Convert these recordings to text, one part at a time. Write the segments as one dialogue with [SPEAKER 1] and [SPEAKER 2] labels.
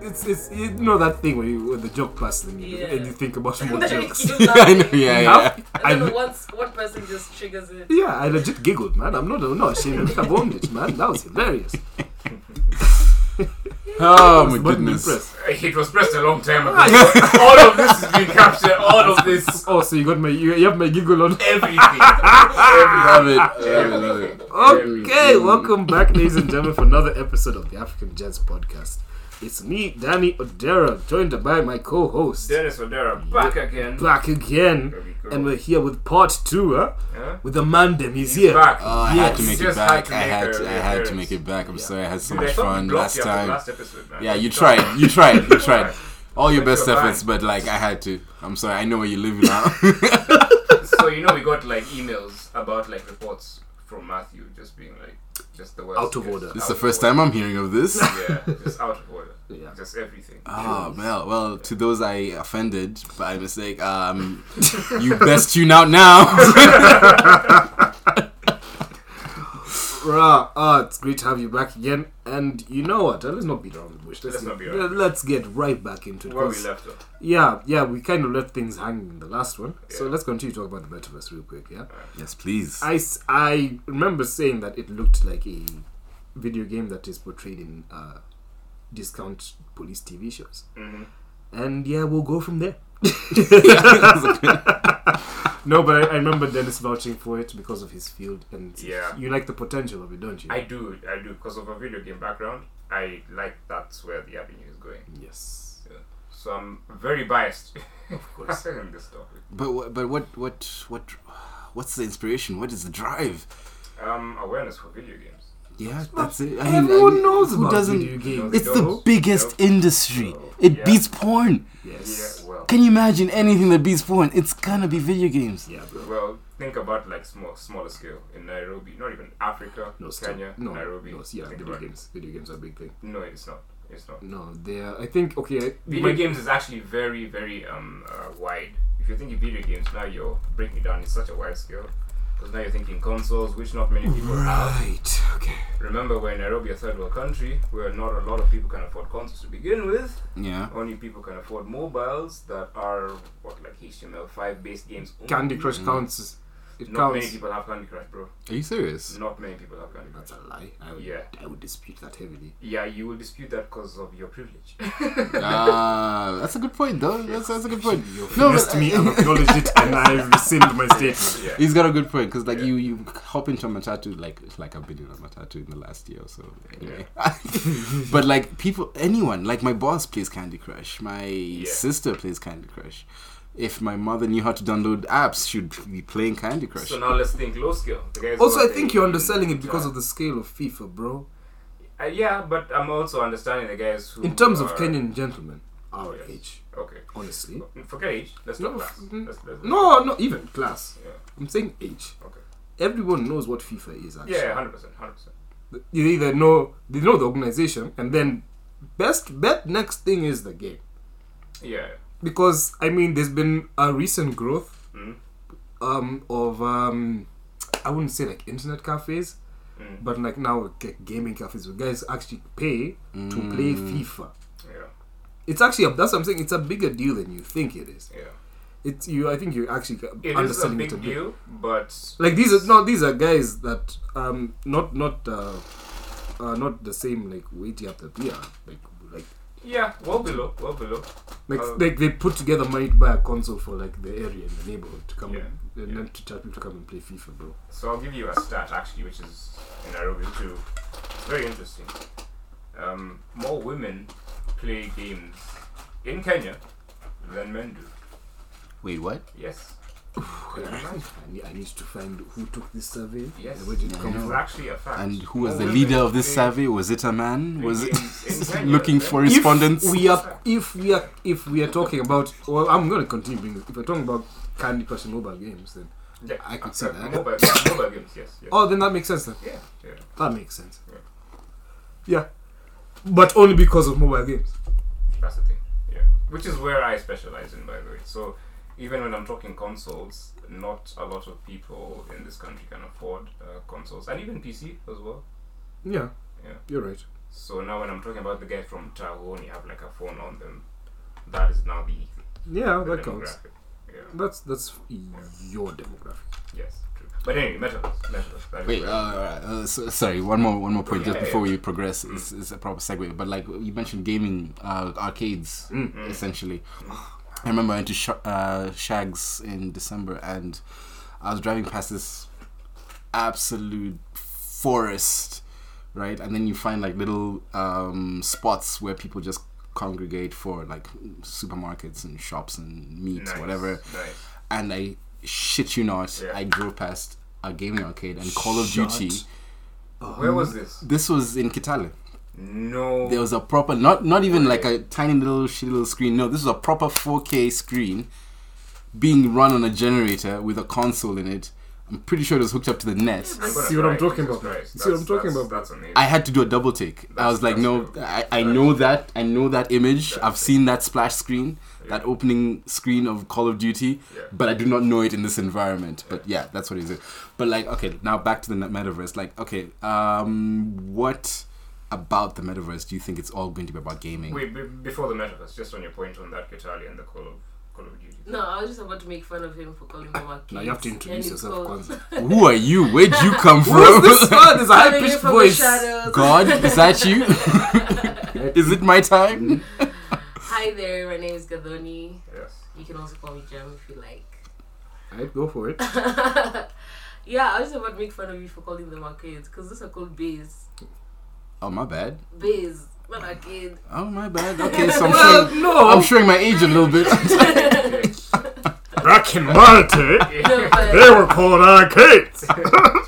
[SPEAKER 1] it's it's you know that thing when, you, when the joke busts and you,
[SPEAKER 2] Yeah.
[SPEAKER 1] and you think about more
[SPEAKER 2] Then you
[SPEAKER 1] jokes.
[SPEAKER 2] keep
[SPEAKER 3] I know,
[SPEAKER 2] laughing.
[SPEAKER 3] yeah,
[SPEAKER 1] Now,
[SPEAKER 3] yeah.
[SPEAKER 1] I
[SPEAKER 2] And then once one person just triggers it.
[SPEAKER 1] yeah, I legit giggled, man. I'm not I'm not ashamed of it. I've owned it, man. That was hilarious.
[SPEAKER 3] Oh
[SPEAKER 1] Press the
[SPEAKER 3] my
[SPEAKER 1] button and
[SPEAKER 3] goodness.
[SPEAKER 1] press.
[SPEAKER 4] It was pressed a long time
[SPEAKER 1] Ah,
[SPEAKER 4] ago.
[SPEAKER 1] you-
[SPEAKER 4] all of this has been captured. All of this,
[SPEAKER 1] oh, so you got my you, you have my giggle on.
[SPEAKER 4] everything.
[SPEAKER 3] Love
[SPEAKER 4] Everything.
[SPEAKER 3] it. Love it. Love it.
[SPEAKER 1] Okay, welcome back, ladies and gentlemen, for another episode of the African Gents Podcast. It's me, Danny Odera, joined by my co-host
[SPEAKER 4] Dennis Odera back again.
[SPEAKER 1] back again,
[SPEAKER 4] There we go.
[SPEAKER 1] and we're here with part two, huh?
[SPEAKER 4] Huh?
[SPEAKER 1] With the man dem. He's,
[SPEAKER 4] He's
[SPEAKER 1] here.
[SPEAKER 4] back.
[SPEAKER 3] Oh, I had to
[SPEAKER 1] Yes.
[SPEAKER 3] make it
[SPEAKER 4] Just had
[SPEAKER 3] back.
[SPEAKER 4] to
[SPEAKER 3] I
[SPEAKER 4] make
[SPEAKER 3] had
[SPEAKER 4] a
[SPEAKER 3] to, I had to
[SPEAKER 4] reappearance.
[SPEAKER 3] make it back. I'm sorry, I had so
[SPEAKER 4] Dude, I
[SPEAKER 3] much
[SPEAKER 4] thought we
[SPEAKER 3] fun
[SPEAKER 4] blocked
[SPEAKER 3] last
[SPEAKER 4] you after
[SPEAKER 3] time.
[SPEAKER 4] Last episode, man.
[SPEAKER 3] Yeah, you
[SPEAKER 4] Sorry.
[SPEAKER 3] tried. You tried. You tried. All your
[SPEAKER 4] Thank
[SPEAKER 3] best
[SPEAKER 4] you, bye.
[SPEAKER 3] efforts, but like I had to. I'm sorry. I know where you live now.
[SPEAKER 4] so you know we got like emails about like reports from Matthew just being like just the worst.
[SPEAKER 1] Out of
[SPEAKER 4] just
[SPEAKER 1] order.
[SPEAKER 3] this
[SPEAKER 4] out
[SPEAKER 3] is the
[SPEAKER 4] of
[SPEAKER 3] first
[SPEAKER 4] order.
[SPEAKER 3] time I'm hearing of this.
[SPEAKER 4] Yeah, just out of order.
[SPEAKER 1] Yeah.
[SPEAKER 4] Just everything.
[SPEAKER 3] Oh well, well to those I offended by mistake, um, you best tune out now.
[SPEAKER 1] Rah, ah, it's great to have you back again. And you know what? Let's not beat around the bush.
[SPEAKER 4] Let's not beat
[SPEAKER 1] get,
[SPEAKER 4] around.
[SPEAKER 1] let's get right back into it.
[SPEAKER 4] Where we
[SPEAKER 1] 'cause-
[SPEAKER 4] left off.
[SPEAKER 1] Yeah, yeah, we kind of left things hanging in the last one. So
[SPEAKER 4] Yeah.
[SPEAKER 1] let's continue to talk about the metaverse real quick, yeah?
[SPEAKER 3] yes, please.
[SPEAKER 1] I, s- I remember saying that it looked like a video game that is portrayed in uh, discount police TV shows.
[SPEAKER 4] Mhm.
[SPEAKER 1] And yeah, we'll go from there.
[SPEAKER 3] yeah,
[SPEAKER 1] No, but I, I remember Dennis vouching for it because of his field. And
[SPEAKER 4] Yeah.
[SPEAKER 1] you like the potential of it, don't you?
[SPEAKER 4] I do, I do, because of a video game background. I like that's where the avenue is going.
[SPEAKER 1] yes.
[SPEAKER 4] So I'm very biased. Of
[SPEAKER 1] course.
[SPEAKER 4] in this topic.
[SPEAKER 3] but what- but what what what what's the inspiration? What is the drive?
[SPEAKER 4] Um, awareness for video games.
[SPEAKER 3] Yeah, that's it. I mean, I
[SPEAKER 1] Everyone
[SPEAKER 3] mean,
[SPEAKER 1] knows
[SPEAKER 3] who
[SPEAKER 1] about
[SPEAKER 3] doesn't.
[SPEAKER 1] video games.
[SPEAKER 3] It's the
[SPEAKER 4] Dope,
[SPEAKER 3] biggest
[SPEAKER 4] dope.
[SPEAKER 3] industry.
[SPEAKER 4] So,
[SPEAKER 3] It
[SPEAKER 4] yeah.
[SPEAKER 3] beats porn.
[SPEAKER 1] yes.
[SPEAKER 4] Yeah, well,
[SPEAKER 3] Can you imagine anything that beats porn? It's gonna be video games.
[SPEAKER 1] Yeah, bro.
[SPEAKER 4] well, think about like small, smaller scale in Nairobi, not even Africa,
[SPEAKER 1] No, still,
[SPEAKER 4] Kenya,
[SPEAKER 1] no,
[SPEAKER 4] Nairobi.
[SPEAKER 1] no, yeah,
[SPEAKER 4] think
[SPEAKER 1] video Mm.
[SPEAKER 4] about it.
[SPEAKER 1] games. Video games are a big thing.
[SPEAKER 4] No, it's not. It's not.
[SPEAKER 1] No, they are. I think okay.
[SPEAKER 4] Video
[SPEAKER 1] my-
[SPEAKER 4] games is actually very, very um uh, wide. If you're thinking video games now, you're breaking it down in such a wide scale. Because now you're thinking consoles, which not many people have.
[SPEAKER 1] Right. Okay.
[SPEAKER 4] Remember, we're in Nairobi, a third world country, where not a lot of people can afford consoles to begin with.
[SPEAKER 3] Yeah.
[SPEAKER 4] Only people can afford mobiles that are what like HTML5 based games. Only.
[SPEAKER 1] Candy Crush
[SPEAKER 3] Mm-hmm.
[SPEAKER 1] counts. as- It
[SPEAKER 4] Not many
[SPEAKER 1] counts.
[SPEAKER 4] people have Candy Crush, bro.
[SPEAKER 3] Are you serious?
[SPEAKER 4] Not many people have Candy Crush.
[SPEAKER 1] That's a lie. I would,
[SPEAKER 4] Yeah.
[SPEAKER 1] I would dispute that heavily.
[SPEAKER 4] Yeah, you will dispute that because of your privilege.
[SPEAKER 3] Ah, that's a good point, though. That's, that's a good point.
[SPEAKER 1] You
[SPEAKER 3] No,
[SPEAKER 1] asked
[SPEAKER 3] but-
[SPEAKER 1] me, I acknowledged it, and I rescind my statement.
[SPEAKER 4] yeah.
[SPEAKER 3] He's got a good point because like
[SPEAKER 4] Yeah.
[SPEAKER 3] you you hop into a matatu like it's like I've been in a matatu in the last year or so. Anyway, but like people, anyone like my boss plays Candy Crush. My sister plays Candy Crush. If my mother knew how to download apps, she'd be playing Candy Crush.
[SPEAKER 4] So now let's think low scale. The guys
[SPEAKER 1] Also,
[SPEAKER 4] who
[SPEAKER 1] I
[SPEAKER 4] are
[SPEAKER 1] think
[SPEAKER 4] playing-
[SPEAKER 1] you're underselling it because
[SPEAKER 4] Yeah.
[SPEAKER 1] of the scale of FIFA, bro.
[SPEAKER 4] Uh, yeah, but I'm also understanding the guys who.
[SPEAKER 1] In terms of
[SPEAKER 4] are-
[SPEAKER 1] Kenyan gentlemen, our age,
[SPEAKER 4] Okay.
[SPEAKER 1] honestly.
[SPEAKER 4] Forget age. Let's
[SPEAKER 1] No,
[SPEAKER 4] not class.
[SPEAKER 1] mm,
[SPEAKER 4] Let's, let's,
[SPEAKER 1] No, not even class.
[SPEAKER 4] Yeah.
[SPEAKER 1] I'm saying age.
[SPEAKER 4] Okay.
[SPEAKER 1] Everyone knows what FIFA is. Actually,
[SPEAKER 4] Yeah, hundred percent, hundred percent.
[SPEAKER 1] you either know they know the organization, and then best bet next thing is the game.
[SPEAKER 4] Yeah.
[SPEAKER 1] because I mean, there's been a recent growth
[SPEAKER 4] Mm.
[SPEAKER 1] um, of um, I wouldn't say like internet cafes,
[SPEAKER 4] mm,
[SPEAKER 1] but like now like gaming cafes where guys actually pay to play
[SPEAKER 4] Mm.
[SPEAKER 1] FIFA.
[SPEAKER 4] Yeah.
[SPEAKER 1] It's actually a, that's what I'm saying. It's a bigger deal than you think it is.
[SPEAKER 4] Yeah.
[SPEAKER 1] It's you. I think you're actually
[SPEAKER 4] It is a
[SPEAKER 1] underselling
[SPEAKER 4] big
[SPEAKER 1] it a bit.
[SPEAKER 4] deal, but
[SPEAKER 1] Like these are no, these are guys that um not not uh, uh not the same like weighty up that we are like like
[SPEAKER 4] yeah, well below, well below.
[SPEAKER 1] Like,
[SPEAKER 4] Uh,
[SPEAKER 1] like they put together money to buy a console for like the area in the neighborhood to come
[SPEAKER 4] Yeah,
[SPEAKER 1] and
[SPEAKER 4] yeah.
[SPEAKER 1] then to tell people to come and play FIFA, bro.
[SPEAKER 4] So I'll give you a stat actually, which is in Nairobi, which is very interesting. Um, more women play games in Kenya than men do.
[SPEAKER 3] Wait, what?
[SPEAKER 4] Yes,
[SPEAKER 1] I, need, I need to find who took this survey.
[SPEAKER 4] Yes.
[SPEAKER 1] and Where did it
[SPEAKER 3] Yeah,
[SPEAKER 1] come
[SPEAKER 3] I
[SPEAKER 4] it's
[SPEAKER 3] know.
[SPEAKER 1] from?
[SPEAKER 4] actually a fact.
[SPEAKER 3] And who was
[SPEAKER 4] More
[SPEAKER 3] the
[SPEAKER 4] women
[SPEAKER 3] leader of this
[SPEAKER 4] play-
[SPEAKER 3] survey? Was it a man? Was it
[SPEAKER 4] In Kenya,
[SPEAKER 3] looking
[SPEAKER 4] yeah.
[SPEAKER 3] for respondents?
[SPEAKER 1] If we are, if we are, if we are talking about, well, I'm gonna continue. Being, if we're talking about Candy Crush and mobile games, then
[SPEAKER 4] Yeah,
[SPEAKER 1] I could
[SPEAKER 4] uh,
[SPEAKER 1] see
[SPEAKER 4] uh,
[SPEAKER 1] that.
[SPEAKER 4] Mobile, yeah, mobile games, yes. yes.
[SPEAKER 1] oh, then that makes sense. Then
[SPEAKER 4] Yeah, yeah.
[SPEAKER 1] that makes sense.
[SPEAKER 4] Yeah.
[SPEAKER 1] Yeah, but only because of mobile games.
[SPEAKER 4] That's the thing. Yeah. Which is where I specialize in, by the way. So even when I'm talking consoles, not a lot of people in this country can afford uh, consoles, and even PC as well.
[SPEAKER 1] Yeah,
[SPEAKER 4] Yeah.
[SPEAKER 1] you're right.
[SPEAKER 4] So now when I'm talking about the guys from Utah who only have like a phone on them, that is now the,
[SPEAKER 1] Yeah,
[SPEAKER 4] the
[SPEAKER 1] Oh, that counts.
[SPEAKER 4] demographic. Yeah.
[SPEAKER 1] That's that's your demographic.
[SPEAKER 4] Yes. True. But anyway, metaverse. Metaverse. that is
[SPEAKER 3] Wait, uh,
[SPEAKER 4] where-
[SPEAKER 3] alright, uh, so, sorry, one more, one more point just
[SPEAKER 4] Yeah,
[SPEAKER 3] before
[SPEAKER 4] yeah. Mm.
[SPEAKER 3] we progress. It's, it's a proper segue, but like you mentioned, gaming uh, arcades
[SPEAKER 4] Mm.
[SPEAKER 3] essentially. I remember I went to Sh- uh, Shags in December, and I was driving past this absolute forest, right? And then you find like little um, spots where people just congregate for like supermarkets and shops and meats,
[SPEAKER 4] nice,
[SPEAKER 3] whatever
[SPEAKER 4] Nice.
[SPEAKER 3] and I shit you not,
[SPEAKER 4] Yeah.
[SPEAKER 3] I drove past a gaming arcade and Call of
[SPEAKER 1] Shut
[SPEAKER 3] Duty.
[SPEAKER 4] Where was this?
[SPEAKER 3] This was in Kitale.
[SPEAKER 4] No.
[SPEAKER 3] There was a proper, not not even
[SPEAKER 4] Right.
[SPEAKER 3] like a tiny little shitty little screen. No, this was a proper 4K screen being run on a generator with a console in it. I'm pretty sure it was hooked up to the net.
[SPEAKER 4] I'm gonna
[SPEAKER 1] See what I'm
[SPEAKER 4] cry,
[SPEAKER 1] talking
[SPEAKER 4] Jesus
[SPEAKER 1] about.
[SPEAKER 4] Christ.
[SPEAKER 1] See what I'm
[SPEAKER 4] That's-
[SPEAKER 1] talking
[SPEAKER 4] that's-
[SPEAKER 1] about.
[SPEAKER 4] That's amazing.
[SPEAKER 3] I had to do a double take. I
[SPEAKER 4] That's-
[SPEAKER 3] was like,
[SPEAKER 4] that's
[SPEAKER 3] no,
[SPEAKER 4] dope.
[SPEAKER 3] I, I know that. I know that image.
[SPEAKER 4] That's
[SPEAKER 3] I've seen that splash screen, that opening screen of Call of Duty,
[SPEAKER 4] Yeah.
[SPEAKER 3] but I do not know it in this environment. But yeah, that's what it is. But like, okay, now back to the net- metaverse. Like, okay, um, what about the metaverse do you think it's all going to be about gaming?
[SPEAKER 4] Wait, be- before the metaverse, just on your point on that Kitali and the Call of Call of Duty.
[SPEAKER 2] No, I was just about to make fun of him for calling them a kid.
[SPEAKER 1] Now you have to introduce yourself, Kwanzaa.
[SPEAKER 3] Who are you? Where'd you come from?
[SPEAKER 1] Who's this man? It's a high
[SPEAKER 2] Coming in
[SPEAKER 1] pitched
[SPEAKER 2] from the
[SPEAKER 1] voice.
[SPEAKER 2] shadows.
[SPEAKER 3] God, is that you? is it my
[SPEAKER 4] Mm.
[SPEAKER 3] time?
[SPEAKER 2] Hi there, my name is Gadoni.
[SPEAKER 4] Yes.
[SPEAKER 2] You can also call me Jam if you like.
[SPEAKER 1] Alright, go for it.
[SPEAKER 2] yeah, I was just about to make fun of you for calling them arcades because those are called bays.
[SPEAKER 3] Oh my bad.
[SPEAKER 2] Bays, not arcade.
[SPEAKER 3] Oh my bad. Okay, so I'm
[SPEAKER 1] Well,
[SPEAKER 3] showing, I'm
[SPEAKER 1] no,
[SPEAKER 3] showing my age a little bit.
[SPEAKER 1] Oh, back in Malta,
[SPEAKER 2] No, but
[SPEAKER 1] they were called arcades.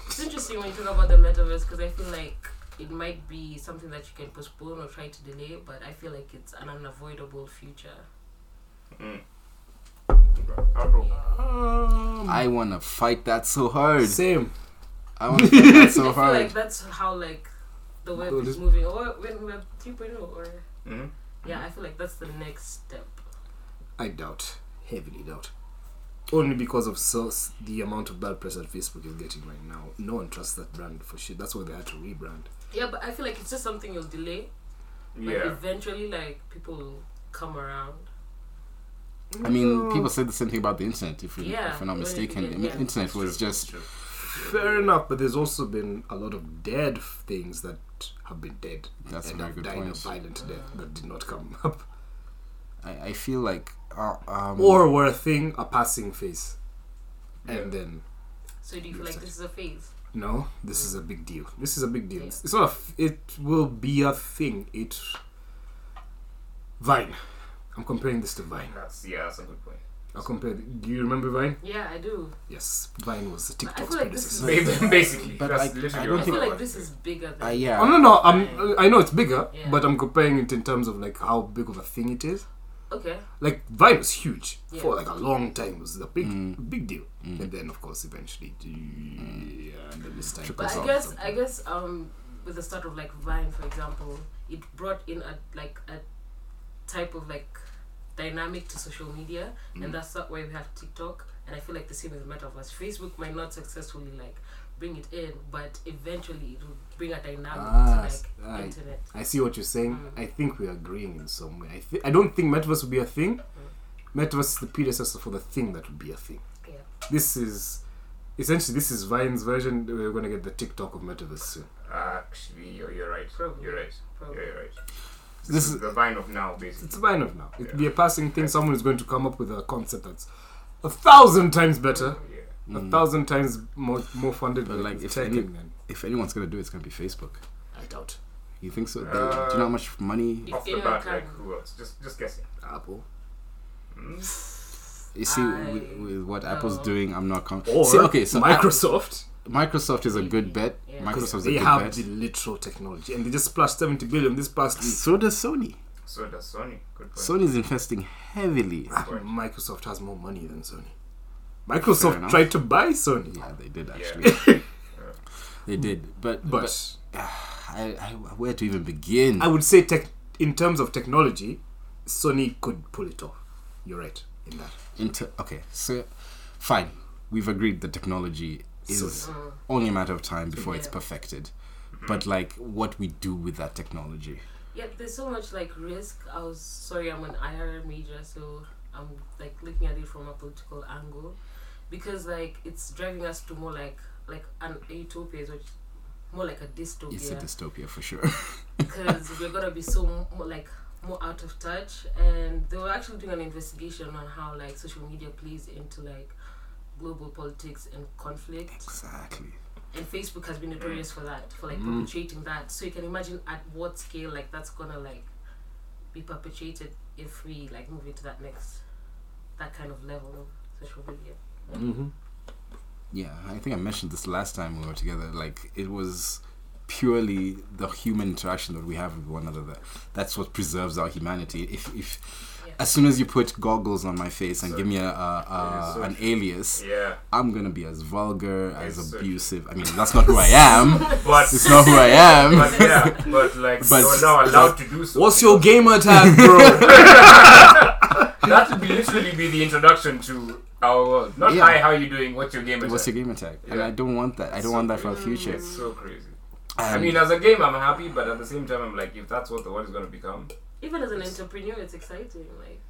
[SPEAKER 2] it's interesting when you talk about the metaverse because I feel like it might be something that you can postpone or try to delay, but I feel like it's an unavoidable future.
[SPEAKER 4] Outro.
[SPEAKER 3] I want to fight that so hard.
[SPEAKER 1] Um, Same.
[SPEAKER 3] I want to fight that so
[SPEAKER 2] I feel like
[SPEAKER 3] hard.
[SPEAKER 2] that's how like the web
[SPEAKER 1] Well,
[SPEAKER 2] is
[SPEAKER 1] this-
[SPEAKER 2] moving, or when Web 3.0, or
[SPEAKER 4] Mhm.
[SPEAKER 2] yeah, I feel like that's the next step.
[SPEAKER 1] I doubt, heavily doubt. Only because of so, the amount of bad press that Facebook is getting right now. No one trusts that brand for shit. That's why they had to rebrand.
[SPEAKER 2] Yeah, but I feel like it's just something you'll delay, but
[SPEAKER 4] Yeah.
[SPEAKER 2] eventually, like people will come around.
[SPEAKER 3] I mean, people said the same thing about the internet, if, we,
[SPEAKER 2] Yeah,
[SPEAKER 3] if I'm not
[SPEAKER 2] when it
[SPEAKER 3] mistaken.
[SPEAKER 2] began,
[SPEAKER 3] I mean,
[SPEAKER 2] yeah.
[SPEAKER 3] internet was
[SPEAKER 4] True,
[SPEAKER 3] just.
[SPEAKER 4] true.
[SPEAKER 1] Fair enough, but there's also been a lot of dead things that have been dead.
[SPEAKER 3] That's a
[SPEAKER 1] and
[SPEAKER 3] very
[SPEAKER 1] have
[SPEAKER 3] good
[SPEAKER 1] died a
[SPEAKER 3] point.
[SPEAKER 1] violent death that did not come up.
[SPEAKER 3] I, I feel like. Uh, um,
[SPEAKER 1] Or were a thing a passing phase. And then,
[SPEAKER 2] So do you feel
[SPEAKER 1] Yes,
[SPEAKER 2] like
[SPEAKER 1] I-
[SPEAKER 2] this is a phase?
[SPEAKER 1] no, this is a big deal. This is a big deal. It's not a f- it will be a thing. It. Vine. I'm comparing this to Vine.
[SPEAKER 4] That's yeah, that's a good point.
[SPEAKER 1] I'll compare. Do you remember Vine?
[SPEAKER 2] Yeah, I do.
[SPEAKER 1] Yes, Vine was
[SPEAKER 2] I
[SPEAKER 1] TikTok's
[SPEAKER 2] feel like this
[SPEAKER 1] predecessor.
[SPEAKER 2] is
[SPEAKER 4] Basically,
[SPEAKER 3] But
[SPEAKER 4] that's
[SPEAKER 3] like, I
[SPEAKER 4] literally
[SPEAKER 3] don't
[SPEAKER 4] what
[SPEAKER 2] I feel
[SPEAKER 4] I'm
[SPEAKER 3] think-
[SPEAKER 4] talking
[SPEAKER 2] like this is bigger than.
[SPEAKER 3] Uh,
[SPEAKER 1] Oh
[SPEAKER 3] yeah.
[SPEAKER 1] no no! I'm, I know it's bigger,
[SPEAKER 2] Yeah.
[SPEAKER 1] but I'm comparing it in terms of like how big of a thing it is.
[SPEAKER 2] Okay.
[SPEAKER 1] Like Vine was huge
[SPEAKER 2] Yeah.
[SPEAKER 1] for like a long time. It was a big big deal, and then of course eventually, yeah, and then this time.
[SPEAKER 2] But I guess I guess um with the start of like Vine for example, it brought in a like a type of like dynamic to social media and that's not why we have TikTok and I feel like the same is metaverse. Facebook might not successfully like bring it in, but eventually it will bring a dynamic
[SPEAKER 1] Ah, s-
[SPEAKER 2] to like
[SPEAKER 1] I-
[SPEAKER 2] internet.
[SPEAKER 1] I see what you're saying.
[SPEAKER 2] Mm.
[SPEAKER 1] I think we're agreeing in some way. I th- I don't think Metaverse will be a
[SPEAKER 2] Mm.
[SPEAKER 1] thing. Metaverse is the predecessor for the thing that would be a thing.
[SPEAKER 2] Yeah.
[SPEAKER 1] This is essentially this is Vine's version. We're gonna get the TikTok of Metaverse soon.
[SPEAKER 4] about. Actually, you're, you're right.
[SPEAKER 2] Probably.
[SPEAKER 4] You're right. Yeah,
[SPEAKER 2] Probably.
[SPEAKER 4] you're right.
[SPEAKER 3] This is.
[SPEAKER 4] The vine of now, basically.
[SPEAKER 1] It's Vine of now. It'd be a passing thing. Someone is going to come up with a concept that's a thousand times better,
[SPEAKER 4] Yeah.
[SPEAKER 1] a thousand times more more funded.
[SPEAKER 3] But
[SPEAKER 1] by
[SPEAKER 3] like,
[SPEAKER 1] the
[SPEAKER 3] if
[SPEAKER 1] tech
[SPEAKER 3] any-
[SPEAKER 1] and-
[SPEAKER 3] If anyone's going to do it, it's going to be Facebook.
[SPEAKER 1] I doubt.
[SPEAKER 3] You think so? They-
[SPEAKER 4] Uh,
[SPEAKER 3] do you know how much money?
[SPEAKER 2] If
[SPEAKER 4] Off the
[SPEAKER 2] anyone
[SPEAKER 4] bat,
[SPEAKER 2] can-
[SPEAKER 4] like who else? Just just guessing. Hmm?
[SPEAKER 1] Apple.
[SPEAKER 3] You see,
[SPEAKER 2] I-
[SPEAKER 3] with, with what Apple's
[SPEAKER 2] no.
[SPEAKER 3] doing, I'm not com-
[SPEAKER 1] Or
[SPEAKER 3] see, okay, so App-
[SPEAKER 1] Microsoft.
[SPEAKER 3] Microsoft is a good bet.
[SPEAKER 2] Yeah.
[SPEAKER 3] Microsoft's a
[SPEAKER 1] they
[SPEAKER 3] good
[SPEAKER 1] have
[SPEAKER 3] bet.
[SPEAKER 1] the literal technology and they just splashed 70 billion this past week.
[SPEAKER 3] So does Sony.
[SPEAKER 4] So does Sony. Good point.
[SPEAKER 3] Sony's investing heavily.
[SPEAKER 4] Right.
[SPEAKER 1] Microsoft has more money than Sony.
[SPEAKER 3] Fair
[SPEAKER 1] Microsoft
[SPEAKER 3] enough.
[SPEAKER 1] tried to buy Sony.
[SPEAKER 3] Yeah, they did
[SPEAKER 4] Yeah.
[SPEAKER 3] actually. They did, but
[SPEAKER 1] But,
[SPEAKER 3] but I, I where to even begin?
[SPEAKER 1] I would say tech in terms of technology, Sony could pull it off. You're right in that.
[SPEAKER 3] Into okay, so fine, we've agreed that technology is
[SPEAKER 1] So-
[SPEAKER 2] Mm.
[SPEAKER 3] only a matter of time before it's
[SPEAKER 2] Yeah.
[SPEAKER 3] perfected. but like what we do with that technology.
[SPEAKER 2] Yeah, there's so much like risk. I was sorry, I'm an IR major, so I'm like looking at it from a political angle, because like it's driving us to more like like an a utopia, which more like a
[SPEAKER 3] It's
[SPEAKER 2] dystopia,
[SPEAKER 3] a dystopia for sure.
[SPEAKER 2] because we're gonna be so m- more like more out of touch. And they were actually doing an investigation on how like social media plays into like global politics and conflict.
[SPEAKER 3] exactly.
[SPEAKER 2] and Facebook has been notorious for that, for like
[SPEAKER 4] Mm.
[SPEAKER 2] perpetuating that. So you can imagine at what scale like that's gonna like be perpetuated if we like move into that next that kind of level of social media.
[SPEAKER 1] Mm-hmm.
[SPEAKER 3] Yeah, I think I mentioned this last time we were together. Like it was purely the human interaction that we have with one another. That's what preserves our humanity. If if
[SPEAKER 2] Yeah.
[SPEAKER 3] as soon as you put goggles on my face and
[SPEAKER 4] So-
[SPEAKER 3] give me a, a, a
[SPEAKER 4] Yeah,
[SPEAKER 3] an
[SPEAKER 4] so-
[SPEAKER 3] alias,
[SPEAKER 4] Yeah,
[SPEAKER 3] I'm gonna be as vulgar as
[SPEAKER 4] It's so-
[SPEAKER 3] abusive. I mean, that's not who I am.
[SPEAKER 4] but
[SPEAKER 3] it's not who I am.
[SPEAKER 4] but yeah, but like
[SPEAKER 3] But-
[SPEAKER 4] you're now allowed to do so.
[SPEAKER 1] What's your gamer tag, bro?
[SPEAKER 4] That would be literally be the introduction to our world. Not
[SPEAKER 3] Yeah.
[SPEAKER 4] hi, how you doing? What's your game?
[SPEAKER 3] What's your game attack? And
[SPEAKER 4] Yeah.
[SPEAKER 3] I don't want that. I don't want that for our future.
[SPEAKER 4] It's so crazy. I
[SPEAKER 3] Um,
[SPEAKER 4] mean, uh, as a game, I'm happy, but at the same time, I'm like, if that's what the world is going to become,
[SPEAKER 2] Even as an entrepreneur it's exciting, like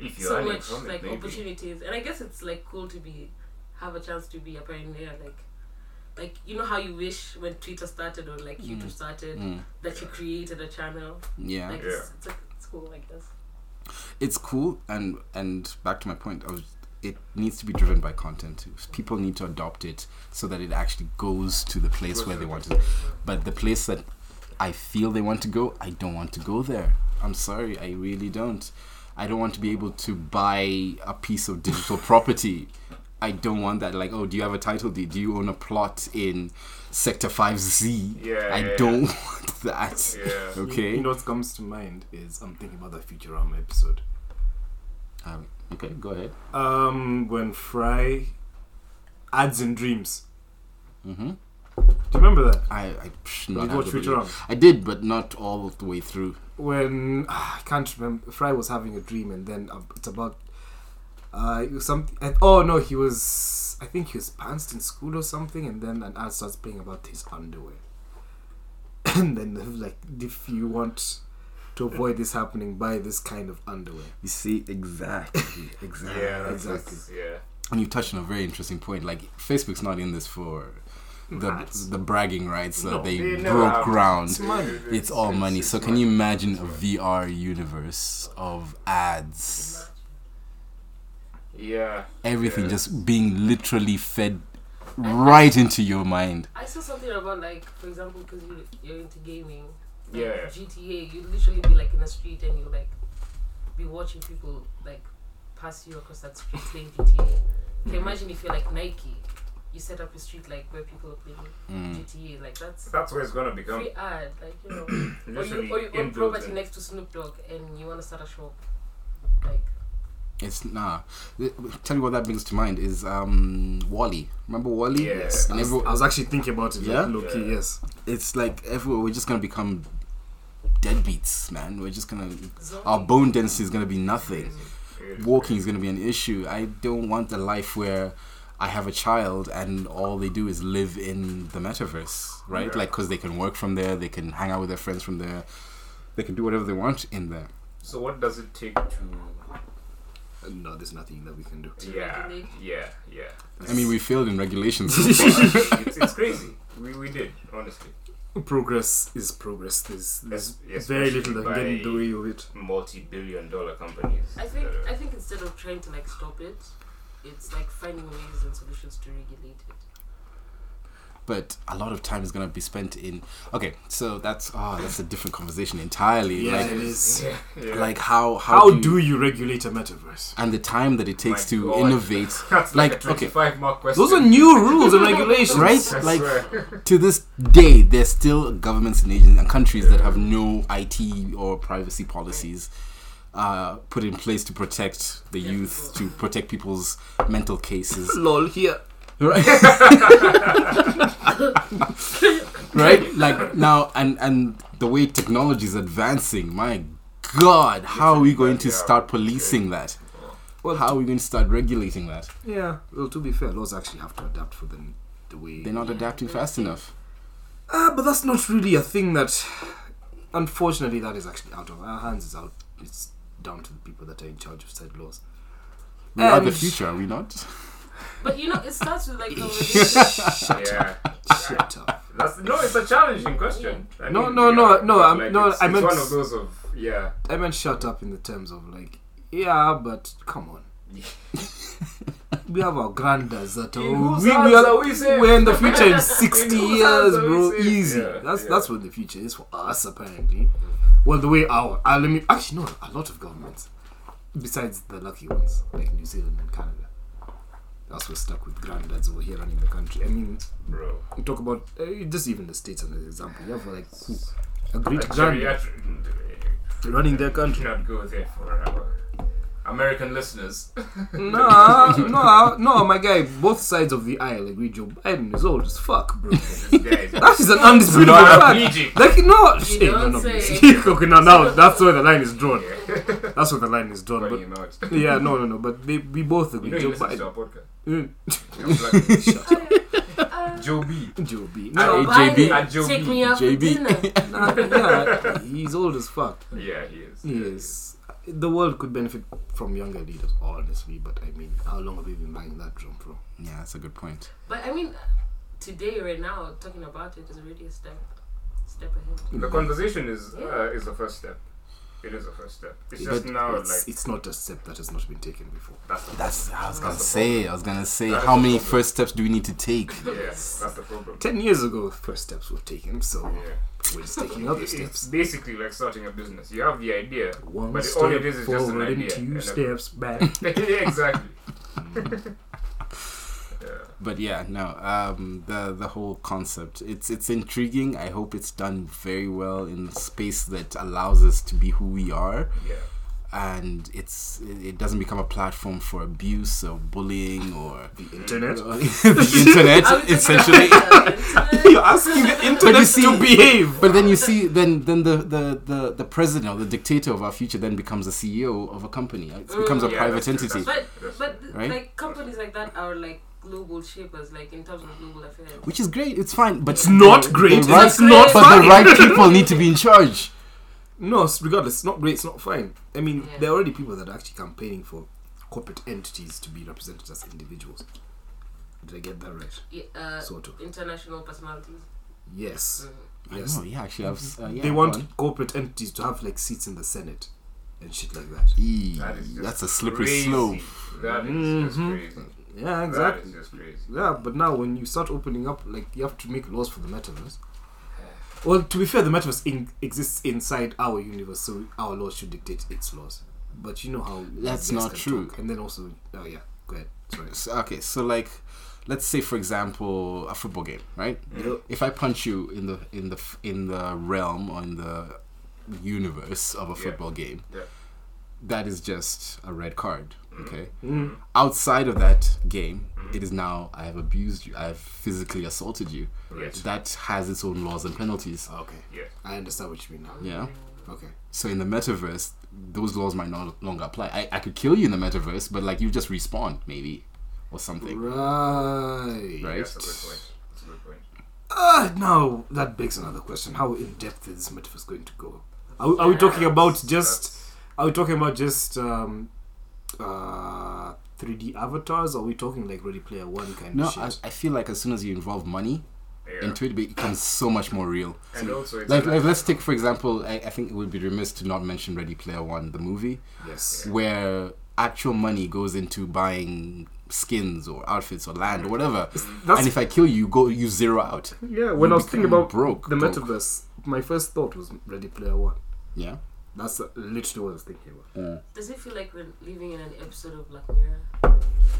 [SPEAKER 4] if you're
[SPEAKER 2] so
[SPEAKER 4] earning
[SPEAKER 2] much
[SPEAKER 4] from it,
[SPEAKER 2] like
[SPEAKER 4] maybe.
[SPEAKER 2] opportunities. And I guess it's like cool to be have a chance to be a pioneer, like like you know how you wish when Twitter started or like YouTube started
[SPEAKER 3] mm,
[SPEAKER 2] that you created a channel.
[SPEAKER 3] yeah.
[SPEAKER 2] Like
[SPEAKER 4] Yeah.
[SPEAKER 2] it's, it's like it's cool like this.
[SPEAKER 3] it's cool and and back to my point I was, it needs to be driven by content people need to adopt it so that it actually goes to the place where they want to but the place that i feel they want to go i don't want to go there i'm sorry i really don't i don't want to be able to buy a piece of digital property i don't want that like oh do you have a title deed do you own a plot in sector 5z
[SPEAKER 4] Yeah,
[SPEAKER 3] i
[SPEAKER 4] yeah, yeah.
[SPEAKER 3] don't want that
[SPEAKER 4] Yeah.
[SPEAKER 3] okay
[SPEAKER 1] You know what comes to mind is I'm thinking about that Futurama episode.
[SPEAKER 3] um, okay go ahead
[SPEAKER 1] Um, when Fry ads and dreams.
[SPEAKER 3] mm-hmm
[SPEAKER 1] Do you remember that?
[SPEAKER 3] I, I psh,
[SPEAKER 1] Did
[SPEAKER 3] not
[SPEAKER 1] you watch
[SPEAKER 3] adequately.
[SPEAKER 1] Futurama?
[SPEAKER 3] I did, but not all the way through.
[SPEAKER 1] when ah, I can't remember. Fry was having a dream, and then uh, it's about uh it was something. And, oh no, he was. I think he was pantsed in school or something, and then an ad starts playing about his underwear. and then they're like, if you want to avoid this happening, buy this kind of underwear.
[SPEAKER 3] You see, exactly, exactly.
[SPEAKER 4] Yeah, that's
[SPEAKER 1] Exactly.
[SPEAKER 4] that's- yeah.
[SPEAKER 3] And you touched on a very interesting point. Like Facebook's not in this for the
[SPEAKER 1] Ads.
[SPEAKER 3] the bragging rights that
[SPEAKER 1] No,
[SPEAKER 3] they,
[SPEAKER 4] they never
[SPEAKER 3] broke
[SPEAKER 4] have.
[SPEAKER 3] ground.
[SPEAKER 1] It's money.
[SPEAKER 3] It's all money. So can you imagine a
[SPEAKER 4] It's
[SPEAKER 3] VR universe of ads?
[SPEAKER 4] Yeah.
[SPEAKER 3] Everything
[SPEAKER 4] Yeah.
[SPEAKER 3] just being literally fed right into your mind.
[SPEAKER 2] I saw something about like, for example, because you, you're into gaming. like,
[SPEAKER 4] Yeah.
[SPEAKER 2] GTA, you literally be like in the street and you like be watching people like pass you across that street playing GTA.
[SPEAKER 4] Mm-hmm.
[SPEAKER 2] Can you imagine if you're like Nike, you set up a street like where people are playing
[SPEAKER 3] Mm.
[SPEAKER 2] GTA, like that's
[SPEAKER 4] That's where it's going to become.
[SPEAKER 2] free ad, like you know. or
[SPEAKER 4] Literally
[SPEAKER 2] you or you own
[SPEAKER 4] inbuilt
[SPEAKER 2] property
[SPEAKER 4] in.
[SPEAKER 2] next to Snoop Dogg and you want to start a shop, like
[SPEAKER 3] It's nah. Tell you what that brings to mind is um Wally. Remember Wally?
[SPEAKER 4] Yeah.
[SPEAKER 1] Yes, I was,
[SPEAKER 3] Never-
[SPEAKER 1] I was actually thinking about it.
[SPEAKER 3] Yeah?
[SPEAKER 1] Like, low key,
[SPEAKER 4] Yeah.
[SPEAKER 1] yes.
[SPEAKER 3] it's like everywhere we're just gonna become deadbeats, man. We're just gonna
[SPEAKER 2] zombie.
[SPEAKER 4] Ah,
[SPEAKER 3] our bone density is gonna be nothing.
[SPEAKER 4] It-
[SPEAKER 3] Walking is gonna be an issue. I don't want a life where I have a child and all they do is live in the metaverse, right?
[SPEAKER 4] Yeah.
[SPEAKER 3] Like, cause they can work from there, they can hang out with their friends from there, they can do whatever they want in there.
[SPEAKER 4] So what does it take to?
[SPEAKER 1] No, there's nothing that we can do.
[SPEAKER 4] Yeah,
[SPEAKER 2] regulate.
[SPEAKER 4] yeah, yeah.
[SPEAKER 3] I mean, we failed in regulations.
[SPEAKER 4] it's, it's crazy. We, we did honestly.
[SPEAKER 1] Progress is progress. There's there's
[SPEAKER 4] Es-
[SPEAKER 1] very
[SPEAKER 4] especially
[SPEAKER 1] little that can get in the
[SPEAKER 4] by-
[SPEAKER 1] way of it.
[SPEAKER 4] Multi-billion-dollar companies.
[SPEAKER 2] I think
[SPEAKER 4] that are-
[SPEAKER 2] I think instead of trying to like stop it, it's like finding ways and solutions to regulate it.
[SPEAKER 3] but a lot of time is gonna be spent in. Okay, so that's oh, that's a different conversation entirely.
[SPEAKER 1] Yeah,
[SPEAKER 3] like,
[SPEAKER 1] it is.
[SPEAKER 4] Yeah, yeah.
[SPEAKER 3] like how how,
[SPEAKER 1] How do you regulate a metaverse?
[SPEAKER 3] and the time that it takes
[SPEAKER 4] My
[SPEAKER 3] to
[SPEAKER 4] God.
[SPEAKER 3] innovate
[SPEAKER 4] That's
[SPEAKER 3] like,
[SPEAKER 4] like, a
[SPEAKER 3] okay.
[SPEAKER 4] twenty-five mark question.
[SPEAKER 1] Those are new rules and regulations.
[SPEAKER 3] right
[SPEAKER 4] I
[SPEAKER 3] like
[SPEAKER 4] swear.
[SPEAKER 3] to this day there's still governments and agencies and countries that have no IT or privacy policies uh, put in place to protect the
[SPEAKER 2] Yeah,
[SPEAKER 3] youth
[SPEAKER 2] of
[SPEAKER 3] to protect people's mental cases
[SPEAKER 1] Lol, here.
[SPEAKER 3] right right like now and and the way technology is advancing my god how are we going to
[SPEAKER 4] Yeah.
[SPEAKER 3] start policing that
[SPEAKER 1] Well,
[SPEAKER 3] how are we going to start regulating that
[SPEAKER 1] Yeah. Well, to be fair, laws actually have to adapt for the, the way.
[SPEAKER 3] they're not adapting fast enough
[SPEAKER 1] Ah, but that's not really a thing that. Unfortunately, that is actually out of our hands. It's out. It's down to the people that are in charge of said laws.
[SPEAKER 3] We are the
[SPEAKER 1] And-
[SPEAKER 3] future, are we not?
[SPEAKER 2] But you know, it starts with like the relationship.
[SPEAKER 4] yeah.
[SPEAKER 1] Shut up.
[SPEAKER 4] That's no, it's a challenging question. I
[SPEAKER 1] No, no, no, no,
[SPEAKER 4] but,
[SPEAKER 1] I'm- no,
[SPEAKER 4] It's,
[SPEAKER 1] I
[SPEAKER 4] it's
[SPEAKER 1] meant-
[SPEAKER 4] one of those of yeah.
[SPEAKER 1] I meant shut up in the terms of like, yeah, but come on. we have our granddads that are,
[SPEAKER 4] In
[SPEAKER 1] we,
[SPEAKER 4] whose
[SPEAKER 1] we
[SPEAKER 4] hands
[SPEAKER 1] are,
[SPEAKER 4] are we safe?
[SPEAKER 1] we're in the future in 60
[SPEAKER 4] In whose
[SPEAKER 1] years,
[SPEAKER 4] hands are we
[SPEAKER 1] bro.
[SPEAKER 4] safe?
[SPEAKER 1] Easy.
[SPEAKER 4] Yeah,
[SPEAKER 1] that's
[SPEAKER 4] yeah.
[SPEAKER 1] that's what the future is for us, apparently. Well, the way our, I mean, actually, no, a lot of governments, besides the lucky ones, like New Zealand and Canada, that's we're stuck with granddads over here running the country. I mean,
[SPEAKER 4] Bro.
[SPEAKER 1] we talk about uh, just even the states as an example. You have like who, a great
[SPEAKER 4] Like,
[SPEAKER 1] granddad
[SPEAKER 4] geriatric-
[SPEAKER 1] running their country.
[SPEAKER 4] Do not go there for our American listeners.
[SPEAKER 1] No, no, no, my guy. Both sides of the aisle agree. Joe Biden is old as fuck, bro.
[SPEAKER 4] These guys.
[SPEAKER 1] That is an undisputable
[SPEAKER 4] Not
[SPEAKER 1] fact.
[SPEAKER 4] PG.
[SPEAKER 1] Like no, shit, no,
[SPEAKER 2] don't
[SPEAKER 1] no,
[SPEAKER 2] say.
[SPEAKER 1] please. okay, no, now that's where the line is drawn. That's where the line is drawn.
[SPEAKER 4] Calling
[SPEAKER 1] But
[SPEAKER 4] him out.
[SPEAKER 1] yeah, no, no, no. But they, we both
[SPEAKER 4] You
[SPEAKER 1] agree.
[SPEAKER 4] know he
[SPEAKER 1] Joe
[SPEAKER 4] listens to
[SPEAKER 1] Biden.
[SPEAKER 4] our podcast.
[SPEAKER 1] Mm,
[SPEAKER 4] I'm
[SPEAKER 1] Shut up,
[SPEAKER 4] like, Joe B.
[SPEAKER 1] Joe B.
[SPEAKER 4] I-
[SPEAKER 1] No,
[SPEAKER 3] I- JB.
[SPEAKER 2] Biden,
[SPEAKER 4] Joe
[SPEAKER 2] Uh, take
[SPEAKER 4] B.
[SPEAKER 2] me out for
[SPEAKER 3] JB.
[SPEAKER 2] dinner.
[SPEAKER 1] nah, yeah, he's old as fuck.
[SPEAKER 4] Yeah, he is.
[SPEAKER 1] Yes, the world could benefit from younger leaders, honestly. But I mean, how long have we been buying that drum for?
[SPEAKER 3] Yeah, that's a good point.
[SPEAKER 2] But I mean, today, right now, talking about it is already a step, step ahead.
[SPEAKER 4] The conversation is uh, is the first step. It is the first step. It's just
[SPEAKER 1] But
[SPEAKER 4] now like
[SPEAKER 1] it's, it's not a step that has not been taken before.
[SPEAKER 4] that's the
[SPEAKER 3] That's I was gonna
[SPEAKER 4] That's the
[SPEAKER 3] say. I was gonna say
[SPEAKER 4] That is
[SPEAKER 3] how
[SPEAKER 4] the
[SPEAKER 3] many
[SPEAKER 4] problem.
[SPEAKER 3] first steps do we need to take?
[SPEAKER 4] yeah, that's the problem.
[SPEAKER 1] Ten years ago, first steps were taken, so
[SPEAKER 4] Yeah.
[SPEAKER 1] we're just taking other
[SPEAKER 4] It's
[SPEAKER 1] steps.
[SPEAKER 4] basically like starting a business. You have the idea.
[SPEAKER 1] One
[SPEAKER 4] But
[SPEAKER 1] step
[SPEAKER 4] all it is is just an
[SPEAKER 1] forward and
[SPEAKER 4] idea
[SPEAKER 1] two
[SPEAKER 4] and a-
[SPEAKER 1] steps back.
[SPEAKER 4] yeah, exactly.
[SPEAKER 3] But yeah, no. Um, the the whole concept. It's it's intriguing. I hope it's done very well in the space that allows us to be who we are,
[SPEAKER 4] Yeah.
[SPEAKER 3] and it's it it doesn't become a platform for abuse or bullying or
[SPEAKER 1] The internet.
[SPEAKER 3] the internet
[SPEAKER 2] I was thinking
[SPEAKER 3] essentially.
[SPEAKER 2] about that,
[SPEAKER 1] You're asking the internet
[SPEAKER 3] see-
[SPEAKER 1] to behave.
[SPEAKER 3] But then you see, then then the, the, the, the president or the dictator of our future then becomes the CEO of a company. It becomes a
[SPEAKER 4] Yeah,
[SPEAKER 3] private
[SPEAKER 4] that's true,
[SPEAKER 3] entity,
[SPEAKER 4] that's-
[SPEAKER 2] But but
[SPEAKER 3] Right?
[SPEAKER 2] like companies like that are like global shapers, like in terms of global affairs.
[SPEAKER 3] which is great. It's fine, but
[SPEAKER 1] It's not great,
[SPEAKER 3] The right,
[SPEAKER 1] it's not
[SPEAKER 3] but the
[SPEAKER 1] fine.
[SPEAKER 3] right people need to be in charge.
[SPEAKER 1] No, it's- regardless, it's not great. It's not fine. I mean,
[SPEAKER 2] Yeah.
[SPEAKER 1] there are already people that are actually campaigning for corporate entities to be represented as individuals. Did I get that right?
[SPEAKER 2] Yeah, uh,
[SPEAKER 1] Sort of.
[SPEAKER 2] international personalities. Mm,
[SPEAKER 1] Yes.
[SPEAKER 3] Yes.
[SPEAKER 1] Yes.
[SPEAKER 3] I know, yeah, actually, I've, s- uh, yeah,
[SPEAKER 1] they want
[SPEAKER 3] go on.
[SPEAKER 1] corporate entities to have like seats in the Senate and shit like that.
[SPEAKER 3] Eee,
[SPEAKER 4] That is just
[SPEAKER 3] that's a slippery
[SPEAKER 4] crazy.
[SPEAKER 3] slope.
[SPEAKER 4] That is just
[SPEAKER 1] Mhm.
[SPEAKER 4] crazy.
[SPEAKER 1] Yeah,
[SPEAKER 4] That
[SPEAKER 1] exactly.
[SPEAKER 4] is just crazy.
[SPEAKER 1] Yeah, but now when you start opening up, like you have to make laws for the metaverse. Well, to be fair, the metaverse in- exists inside our universe, so our laws should dictate its laws. But you know how
[SPEAKER 3] That's
[SPEAKER 1] guys
[SPEAKER 3] not
[SPEAKER 1] can
[SPEAKER 3] true.
[SPEAKER 1] And then also, oh yeah, go ahead. Sorry.
[SPEAKER 3] So, okay, so like, let's say for example, a football game, right?
[SPEAKER 1] Yep.
[SPEAKER 3] If I punch you in the in the f- in the realm or in the universe of a football game,
[SPEAKER 4] Yeah. Mm-hmm.
[SPEAKER 3] that is just a red card. Okay.
[SPEAKER 1] Mm.
[SPEAKER 3] Outside of that game, it is now I have abused you. I have physically assaulted you.
[SPEAKER 4] Yes.
[SPEAKER 3] That has its own laws and penalties.
[SPEAKER 1] Okay,
[SPEAKER 4] Yeah.
[SPEAKER 1] I understand what you mean now.
[SPEAKER 3] Yeah.
[SPEAKER 2] mm.
[SPEAKER 1] Okay.
[SPEAKER 3] So in the metaverse, those laws might no longer apply. I, I could kill you in the metaverse, but like you just respawn maybe or something,
[SPEAKER 1] Right.
[SPEAKER 3] right?
[SPEAKER 4] That's a good point. That's a good point.
[SPEAKER 1] Uh, now that begs another question: How in depth is this metaverse going to go? Are, are we talking about just?
[SPEAKER 4] That's-
[SPEAKER 1] Are we talking about just um, uh, 3D avatars? Or are we talking like Ready Player One kind
[SPEAKER 3] No,
[SPEAKER 1] of shit?
[SPEAKER 3] I, I feel like as soon as you involve money
[SPEAKER 4] yeah.
[SPEAKER 3] into it, it becomes so much more real.
[SPEAKER 4] and also it's
[SPEAKER 3] Like,
[SPEAKER 4] an-
[SPEAKER 3] like let's take for example, I, I think it would be remiss to not mention Ready Player One, the movie,
[SPEAKER 1] yes.
[SPEAKER 3] where actual money goes into buying skins or outfits or land or whatever.
[SPEAKER 1] That's-
[SPEAKER 3] and if I kill you, you go you zero out.
[SPEAKER 1] Yeah, when
[SPEAKER 3] You
[SPEAKER 1] I was thinking
[SPEAKER 3] become
[SPEAKER 1] about
[SPEAKER 3] broke,
[SPEAKER 1] the
[SPEAKER 3] broke.
[SPEAKER 1] metaverse, my first thought was Ready Player One.
[SPEAKER 3] Yeah.
[SPEAKER 1] That's uh, literally what I was thinking about.
[SPEAKER 2] Does it feel like we're living in an episode of Black Mirror?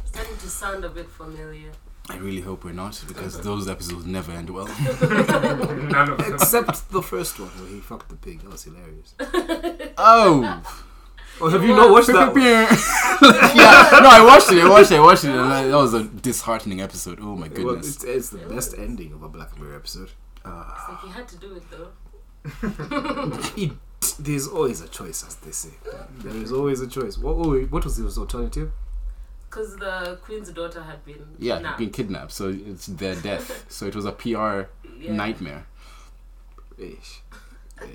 [SPEAKER 2] It's starting to sound a bit familiar.
[SPEAKER 3] I really hope we're not because those episodes never end well.
[SPEAKER 4] none of them.
[SPEAKER 1] Except the first one where he fucked the pig. That was hilarious.
[SPEAKER 3] oh.
[SPEAKER 1] Oh, have you not watched that? one?
[SPEAKER 3] yeah. No, I watched it. I watched it. I watched it. And that that was a disheartening episode. Oh my
[SPEAKER 1] Well,
[SPEAKER 3] goodness.
[SPEAKER 1] it's, it's the best ending of a Black Mirror episode.
[SPEAKER 2] It's like he had to do it though.
[SPEAKER 1] It, there's always a choice, as they say. There is always a choice. What, what was his alternative?
[SPEAKER 2] Because the queen's daughter had been
[SPEAKER 3] Yeah,
[SPEAKER 2] kidnapped.
[SPEAKER 3] being kidnapped. So it's their death. So it was a PR
[SPEAKER 2] Yeah.
[SPEAKER 3] nightmare. Ish.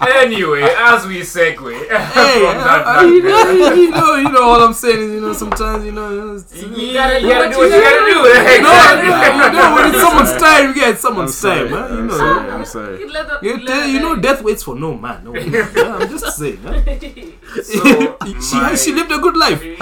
[SPEAKER 4] Anyway, as we segue
[SPEAKER 1] Hey,
[SPEAKER 4] from that,
[SPEAKER 1] I- I- you, know,
[SPEAKER 4] that
[SPEAKER 1] you know, you know, all I'm saying is, you know, sometimes, you know, it's-
[SPEAKER 4] you,
[SPEAKER 1] no,
[SPEAKER 4] gotta, you gotta do
[SPEAKER 2] what
[SPEAKER 4] what you
[SPEAKER 2] you
[SPEAKER 4] gotta do.
[SPEAKER 1] you know,
[SPEAKER 4] Exactly.
[SPEAKER 1] you know, when it's someone's time, yeah, it's
[SPEAKER 3] I'm
[SPEAKER 1] someone's
[SPEAKER 3] sorry.
[SPEAKER 1] time, huh? you
[SPEAKER 3] I'm
[SPEAKER 1] know.
[SPEAKER 3] sorry.
[SPEAKER 1] yeah.
[SPEAKER 3] I'm sorry.
[SPEAKER 2] You let that-
[SPEAKER 1] You,
[SPEAKER 2] you let
[SPEAKER 1] tell- you
[SPEAKER 2] that-
[SPEAKER 1] know, death waits for no man. No woman. yeah, I'm just saying. Huh?
[SPEAKER 4] So my-
[SPEAKER 1] she, she lived a good life.
[SPEAKER 4] She's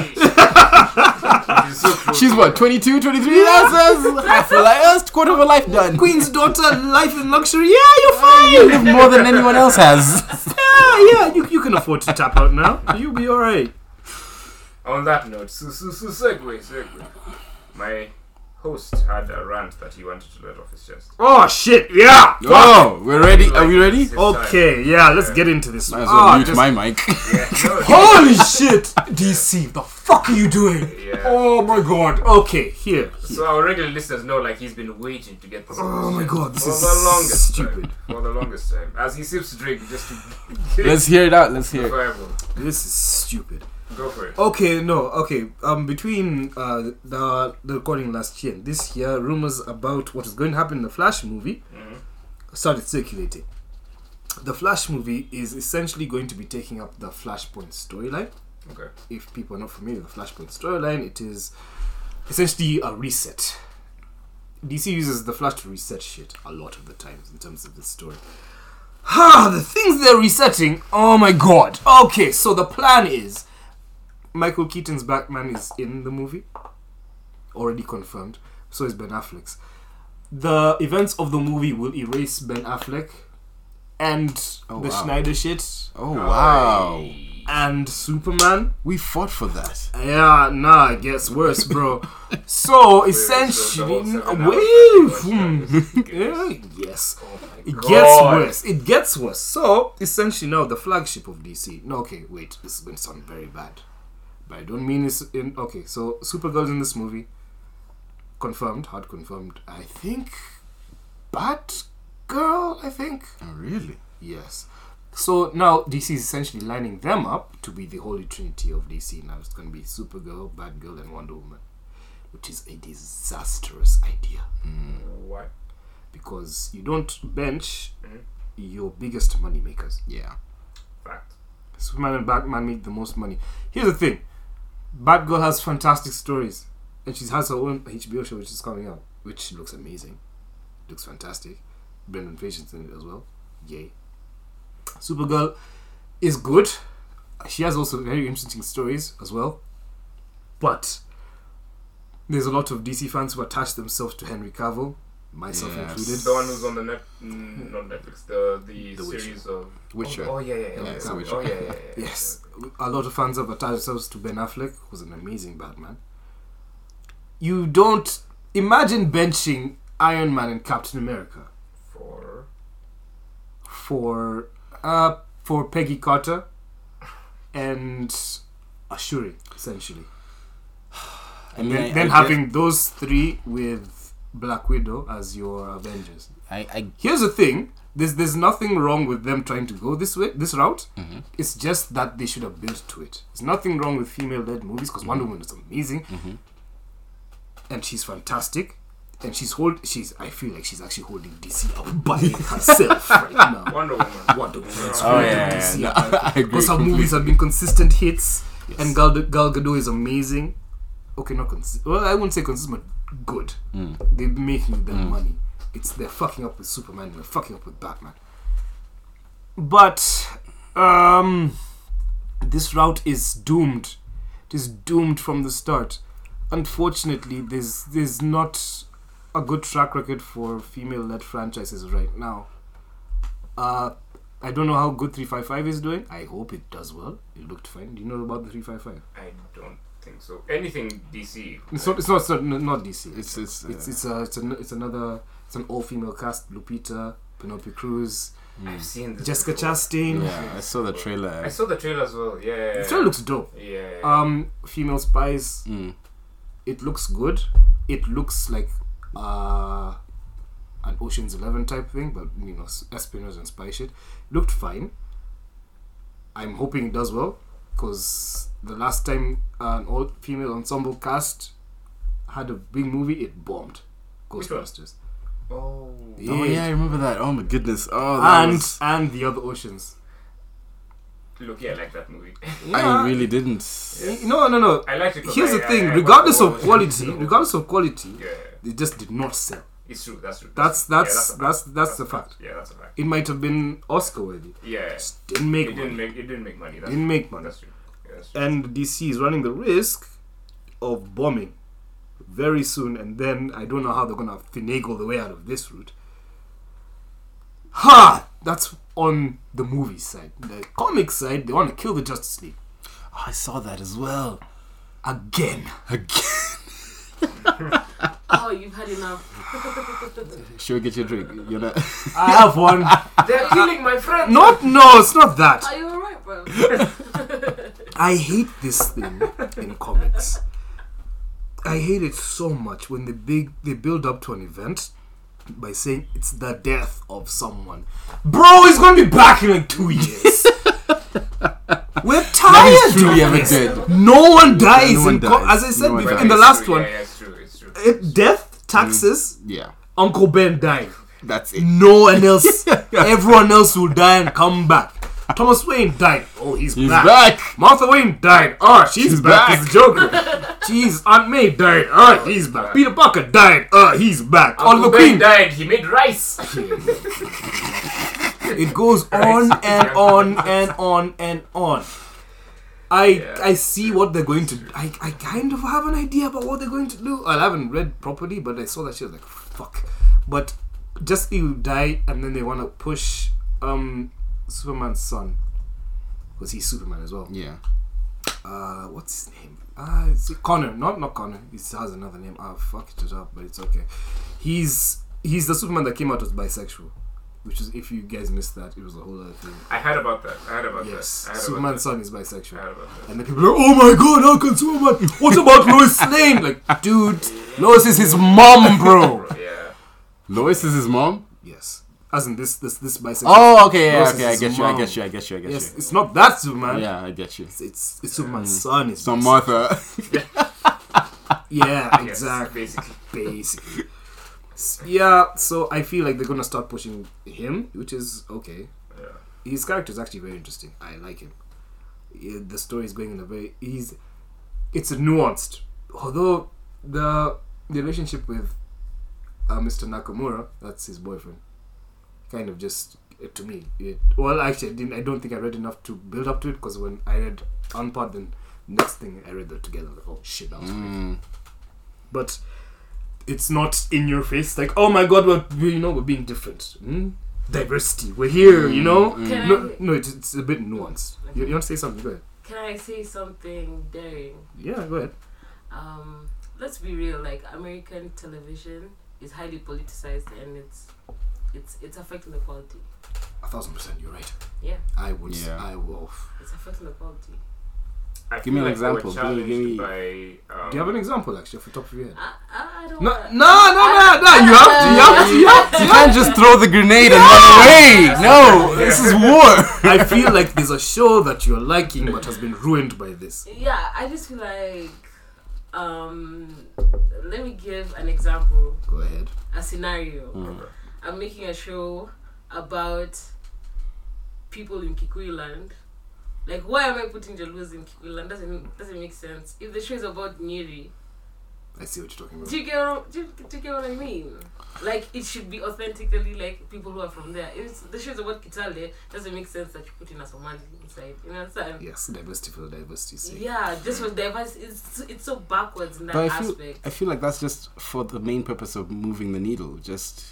[SPEAKER 4] so close.
[SPEAKER 3] She's what, 22, 23? That's us. Half a life, that's quarter of a life done.
[SPEAKER 1] Queen's daughter, life in luxury. Yeah, you're fine.
[SPEAKER 3] live more than anyone else has.
[SPEAKER 1] Yeah, yeah, you, you can afford to tap out now. You'll be all right.
[SPEAKER 4] On that note, so, so, so segue, segue. My host had a rant that he wanted to let off his chest.
[SPEAKER 1] Oh shit! Yeah.
[SPEAKER 3] Oh, we're ready. Are we
[SPEAKER 4] Like,
[SPEAKER 3] ready?
[SPEAKER 4] it's his
[SPEAKER 1] Okay. Yeah. Let's get into this.
[SPEAKER 3] Might as
[SPEAKER 1] Ah,
[SPEAKER 3] well mute
[SPEAKER 1] just-
[SPEAKER 3] my mic.
[SPEAKER 4] time. Yeah, no,
[SPEAKER 1] Holy shit! DC, the fuck are you doing?
[SPEAKER 4] Yeah.
[SPEAKER 1] Oh my god. Okay, here.
[SPEAKER 4] So our regular listeners know, like he's been waiting to get this.
[SPEAKER 1] Oh
[SPEAKER 4] off
[SPEAKER 1] my
[SPEAKER 4] his chest
[SPEAKER 1] God, this
[SPEAKER 4] for
[SPEAKER 1] is
[SPEAKER 4] the longest
[SPEAKER 1] stupid.
[SPEAKER 4] Time, for the longest time, as he sips drink, just to get
[SPEAKER 3] Let's hear it out. Let's hear it.
[SPEAKER 4] for everyone.
[SPEAKER 1] This is stupid.
[SPEAKER 4] Go for it.
[SPEAKER 1] Okay, no, okay. Um, between uh the the recording last year and this year, rumors about what is going to happen in the Flash movie started circulating. The Flash movie is essentially going to be taking up the Flashpoint storyline.
[SPEAKER 4] Okay.
[SPEAKER 1] If people are not familiar with the Flashpoint storyline, it is essentially a reset. DC uses the Flash to reset shit a lot of the times in terms of the story. Ha! The things they're resetting. Oh my god. Okay, so the plan is Michael Keaton's Batman is in the movie, already confirmed. So is Ben Affleck's. The events of the movie will erase Ben Affleck and
[SPEAKER 3] Oh,
[SPEAKER 1] the
[SPEAKER 3] wow.
[SPEAKER 1] Schneider shit
[SPEAKER 3] Oh, wow.
[SPEAKER 1] and Superman.
[SPEAKER 3] We fought for that.
[SPEAKER 1] Yeah, nah, it gets worse, bro. so
[SPEAKER 4] so
[SPEAKER 1] essentially,
[SPEAKER 4] the whole seven
[SPEAKER 1] wait,
[SPEAKER 4] hours
[SPEAKER 1] hmm.
[SPEAKER 4] that you watched, that was
[SPEAKER 1] yeah,
[SPEAKER 4] ridiculous.
[SPEAKER 1] yes,
[SPEAKER 4] Oh my
[SPEAKER 1] it
[SPEAKER 4] God.
[SPEAKER 1] gets worse. It gets worse. So essentially, now the flagship of DC. No, okay, wait, this is going to sound very bad, but I don't mean it's in. Okay, so Supergirl's in this movie. Confirmed, hard confirmed. I think, Batgirl. I think.
[SPEAKER 3] Oh, really?
[SPEAKER 1] Yes. So now DC is essentially lining them up to be the holy trinity of DC. Now it's going to be Supergirl, Batgirl, and Wonder Woman, which is a disastrous idea
[SPEAKER 4] What?
[SPEAKER 1] because you don't bench
[SPEAKER 4] Mhm.
[SPEAKER 1] your biggest money makers.
[SPEAKER 3] Yeah.
[SPEAKER 4] Fact.
[SPEAKER 1] Superman and Batman make the most money. Here's the thing: Batgirl has fantastic stories, and she has her own HBO show which is coming out, which looks amazing, looks fantastic. Brendan Fraser's in it as well. Yay! Supergirl is good. She has also very interesting stories as well, but there's a lot of DC fans who attach themselves to Henry Cavill, myself
[SPEAKER 3] Yes.
[SPEAKER 1] included.
[SPEAKER 4] The one who's on the net, mm, not Netflix, the the,
[SPEAKER 1] The Witcher.
[SPEAKER 4] series of
[SPEAKER 3] Witcher.
[SPEAKER 4] Oh, oh yeah, yeah, yeah.
[SPEAKER 3] Yeah, it's The
[SPEAKER 4] Oh,
[SPEAKER 3] Witcher.
[SPEAKER 4] yeah, yeah, yeah, yeah.
[SPEAKER 1] Yes, a lot of fans have attached themselves to Ben Affleck, who's an amazing Batman. You don't imagine benching Iron Man and Captain America
[SPEAKER 4] For
[SPEAKER 1] for uh for Peggy Carter and Ashuri essentially,
[SPEAKER 3] I
[SPEAKER 1] and
[SPEAKER 3] mean,
[SPEAKER 1] then,
[SPEAKER 3] I-
[SPEAKER 1] then
[SPEAKER 3] I
[SPEAKER 1] having those three with Black Widow as your Avengers.
[SPEAKER 3] guess- I, I
[SPEAKER 1] Here's the thing: there's there's nothing wrong with them trying to go this way, this route. It's just that they should have built to it. There's nothing wrong with female-led movies because Wonder Woman is amazing, and she's fantastic, and she's hold she's I feel like she's actually holding DC up by herself right now.
[SPEAKER 4] Wonder Woman.
[SPEAKER 1] Wonder Woman is
[SPEAKER 4] Oh,
[SPEAKER 1] holding
[SPEAKER 3] yeah, yeah,
[SPEAKER 1] DC
[SPEAKER 3] yeah.
[SPEAKER 1] up.
[SPEAKER 3] I agree.
[SPEAKER 1] Because her
[SPEAKER 3] completely.
[SPEAKER 1] movies have been consistent hits, and Gal, Gal Gadot is amazing. Okay, not consistent. Well, I wouldn't say consistent, but good.
[SPEAKER 3] Mm.
[SPEAKER 1] They're making their money. It's they're fucking up with Superman. They're fucking up with Batman. But um, this route is doomed. It is doomed from the start. Unfortunately, there's there's not a good track record for female-led franchises right now. Uh, I don't know how good 355 is doing. I hope it does well. It looked fine. Do you know about the 355?
[SPEAKER 4] I don't think so. Anything DC.
[SPEAKER 1] It's not. It's not. It's not, not DC.
[SPEAKER 3] It's, it's, uh,
[SPEAKER 1] It's it's a, it's, an, it's another. It's an all-female cast. Lupita, Penelope Cruz,
[SPEAKER 4] I've seen this.
[SPEAKER 1] Jessica
[SPEAKER 4] before.
[SPEAKER 1] Chastain.
[SPEAKER 3] yeah, I saw the trailer.
[SPEAKER 4] I saw the trailer as well. Yeah. yeah,
[SPEAKER 1] The
[SPEAKER 4] yeah.
[SPEAKER 1] trailer looks dope.
[SPEAKER 4] Yeah. yeah, yeah.
[SPEAKER 1] Um, female spies.
[SPEAKER 3] Mm.
[SPEAKER 1] It looks good. It looks like uh, an Ocean's Eleven type thing, but you know, s- espionage and spy shit. Looked fine. I'm hoping it does well, because the last time an all-female ensemble cast had a big movie, it bombed.
[SPEAKER 4] Which one?
[SPEAKER 1] Ghostbusters.
[SPEAKER 4] Oh.
[SPEAKER 3] Oh yeah, I remember that. Oh my goodness. Oh, that
[SPEAKER 1] and
[SPEAKER 3] was-
[SPEAKER 1] and the other oceans.
[SPEAKER 4] Look, yeah, I like that movie.
[SPEAKER 1] Yeah.
[SPEAKER 3] I really didn't.
[SPEAKER 1] Y- No, no, no.
[SPEAKER 4] I liked it. 'cause
[SPEAKER 1] Here's
[SPEAKER 4] I-
[SPEAKER 1] the
[SPEAKER 4] I-
[SPEAKER 1] thing.
[SPEAKER 4] I-
[SPEAKER 1] regardless
[SPEAKER 4] I-
[SPEAKER 1] of quality, regardless of quality,
[SPEAKER 4] Yeah,
[SPEAKER 1] it just did not sell.
[SPEAKER 4] it's true. That's true.
[SPEAKER 1] That's
[SPEAKER 4] Yeah,
[SPEAKER 1] that's
[SPEAKER 4] a
[SPEAKER 1] that's
[SPEAKER 4] fact.
[SPEAKER 1] that's the
[SPEAKER 4] a
[SPEAKER 1] fact.
[SPEAKER 4] Yeah, that's a fact.
[SPEAKER 1] It might have been Oscar worthy.
[SPEAKER 4] Yeah.
[SPEAKER 1] Just didn't
[SPEAKER 4] It
[SPEAKER 1] make money.
[SPEAKER 4] didn't make it didn't make money. That's
[SPEAKER 1] Didn't make money.
[SPEAKER 4] That's true. Yeah, that's true.
[SPEAKER 1] And DC is running the risk of bombing very soon, and then I don't know how they're gonna finagle the way out of this route. Ha! That's on the movie side. The comic side, they want to kill the Justice League
[SPEAKER 3] Oh, I saw that as well.
[SPEAKER 1] again.
[SPEAKER 3] Again.
[SPEAKER 2] Oh, you've had enough.
[SPEAKER 3] Sure, get your drink. You're not.
[SPEAKER 1] I have one.
[SPEAKER 2] They're killing my friends.
[SPEAKER 1] Not no, it's not that.
[SPEAKER 2] Are you alright, bro?
[SPEAKER 1] I hate this thing in comics. I hate it so much when the big they build up to an event by saying it's the death of someone. Bro, he's gonna be back in like two years. We're
[SPEAKER 3] That
[SPEAKER 1] tired.
[SPEAKER 3] is truly
[SPEAKER 1] of
[SPEAKER 3] ever
[SPEAKER 1] this.
[SPEAKER 3] dead.
[SPEAKER 1] No one dies.
[SPEAKER 3] No one
[SPEAKER 1] in co-
[SPEAKER 3] dies.
[SPEAKER 1] As I said
[SPEAKER 3] No one
[SPEAKER 1] before
[SPEAKER 3] dies.
[SPEAKER 1] in the
[SPEAKER 4] It's
[SPEAKER 1] last
[SPEAKER 4] true,
[SPEAKER 1] one,
[SPEAKER 4] Yeah, yeah, it's true. It's true.
[SPEAKER 1] it, death, taxes,
[SPEAKER 3] Yeah,
[SPEAKER 1] Uncle Ben dying.
[SPEAKER 3] that's it.
[SPEAKER 1] No one else. Everyone else will die and come back. Thomas Wayne died. Oh, he's,
[SPEAKER 3] He's
[SPEAKER 1] back.
[SPEAKER 3] back.
[SPEAKER 1] Martha Wayne died. Ah, she's,
[SPEAKER 3] She's
[SPEAKER 1] back.
[SPEAKER 3] back.
[SPEAKER 1] as Joker. Jeez, Aunt May died. Ah, he's back. Peter Parker died. Ah, he's back.
[SPEAKER 4] Uncle
[SPEAKER 1] Oliver
[SPEAKER 4] Ben
[SPEAKER 1] Queen.
[SPEAKER 4] died. He made rice.
[SPEAKER 1] It goes on and on and on and on. I
[SPEAKER 4] Yeah.
[SPEAKER 1] I see what they're going to. I I kind of have an idea about what they're going to do. I haven't read properly, but I saw that shit I was like fuck. But just you die and then they want to push um Superman's son because he's Superman as well.
[SPEAKER 3] Yeah.
[SPEAKER 1] uh, what's his name? Uh, it's Connor. Not not Connor. He has another name. Ah, fuck it up, but it's okay. He's he's the Superman that came out as bisexual, which is if you guys missed that, it was a whole other thing.
[SPEAKER 4] I heard about that. I heard about
[SPEAKER 1] Yes,
[SPEAKER 4] that. I heard
[SPEAKER 1] Superman's
[SPEAKER 4] about
[SPEAKER 1] son is
[SPEAKER 4] that. I
[SPEAKER 1] bisexual,
[SPEAKER 4] heard about that.
[SPEAKER 1] and the people are oh my god, how can Superman? What about Lois Lane? Like, dude, Lois is his mom, bro.
[SPEAKER 4] Yeah.
[SPEAKER 3] Lois is his mom.
[SPEAKER 1] yes, as in this this this bisexual.
[SPEAKER 3] Oh, okay, yeah,
[SPEAKER 1] Lois
[SPEAKER 3] okay.
[SPEAKER 1] is
[SPEAKER 3] I
[SPEAKER 1] his
[SPEAKER 3] get you. I
[SPEAKER 1] mom.
[SPEAKER 3] get you. I get you. I get
[SPEAKER 1] yes,
[SPEAKER 3] you.
[SPEAKER 1] it's not that Superman.
[SPEAKER 3] Yeah, Mm-hmm. I get you.
[SPEAKER 1] It's, it's, it's Superman's son. Is
[SPEAKER 3] So
[SPEAKER 1] bis-
[SPEAKER 3] Martha.
[SPEAKER 1] Yeah,
[SPEAKER 4] Yes,
[SPEAKER 1] exactly.
[SPEAKER 4] Basically.
[SPEAKER 1] basically. S- yeah, so I feel like they're gonna start pushing him, which is okay.
[SPEAKER 4] Yeah.
[SPEAKER 1] His character is actually very interesting. I like him. Yeah, the story is going in a very he's it's nuanced. Although the the relationship with uh, Mr. Nakamura, that's his boyfriend, kind of just uh, to me. It, well, actually, I didn't. I don't think I read enough to build up to it because when I read Unpart, then next thing I read that together, I was like, oh shit, that was crazy
[SPEAKER 3] Mm.
[SPEAKER 1] but it's not in your face like oh my god we're we- you know we're being different mm? diversity we're here you know
[SPEAKER 2] Mm. Can
[SPEAKER 1] no,
[SPEAKER 2] I-
[SPEAKER 1] no it's, it's a bit nuanced you, you want to say something go ahead
[SPEAKER 2] Can I say something daring?
[SPEAKER 1] yeah go ahead
[SPEAKER 2] Um, let's be real. Like American television is highly politicized, and it's it's it's affecting the quality.
[SPEAKER 1] a thousand percent you're right
[SPEAKER 2] Yeah.
[SPEAKER 1] i would s-
[SPEAKER 3] Yeah.
[SPEAKER 1] i will
[SPEAKER 2] It's affecting the quality.
[SPEAKER 4] I
[SPEAKER 3] Give me
[SPEAKER 4] feel
[SPEAKER 3] an
[SPEAKER 4] like they were
[SPEAKER 3] example. Give me- give
[SPEAKER 4] challenged
[SPEAKER 3] me-
[SPEAKER 4] By, um,
[SPEAKER 1] do you have an example actually off the top of your head
[SPEAKER 2] I, I, I don't.
[SPEAKER 1] no
[SPEAKER 2] wanna-
[SPEAKER 1] no no no no you have to you have to you have to
[SPEAKER 3] You can't just throw the grenade and run away. No, this is war.
[SPEAKER 1] i feel like there's a show that you're liking but has been ruined by this
[SPEAKER 2] Yeah, I just feel like. Um, let me give an example,
[SPEAKER 1] go ahead
[SPEAKER 2] a scenario.
[SPEAKER 3] Mm.
[SPEAKER 2] I'm making a show about people in Kikuyu land. Like, why am I putting Jaluzi in Kikuyu land? Doesn't doesn't make sense. If the show is about Nyeri,
[SPEAKER 1] i see what you're talking about
[SPEAKER 2] do you get what, do you, do you get what I mean? Like, it should be authentically like people who are from there. If it's, the show is about Kitale, doesn't make sense that you put in a Somali inside. You know what I'm saying?
[SPEAKER 1] yes diversity for the diversity sake
[SPEAKER 2] Yeah, this was diverse. It's it's so backwards in that
[SPEAKER 3] But I feel,
[SPEAKER 2] aspect.
[SPEAKER 3] I feel like that's just for the main purpose of moving the needle. Just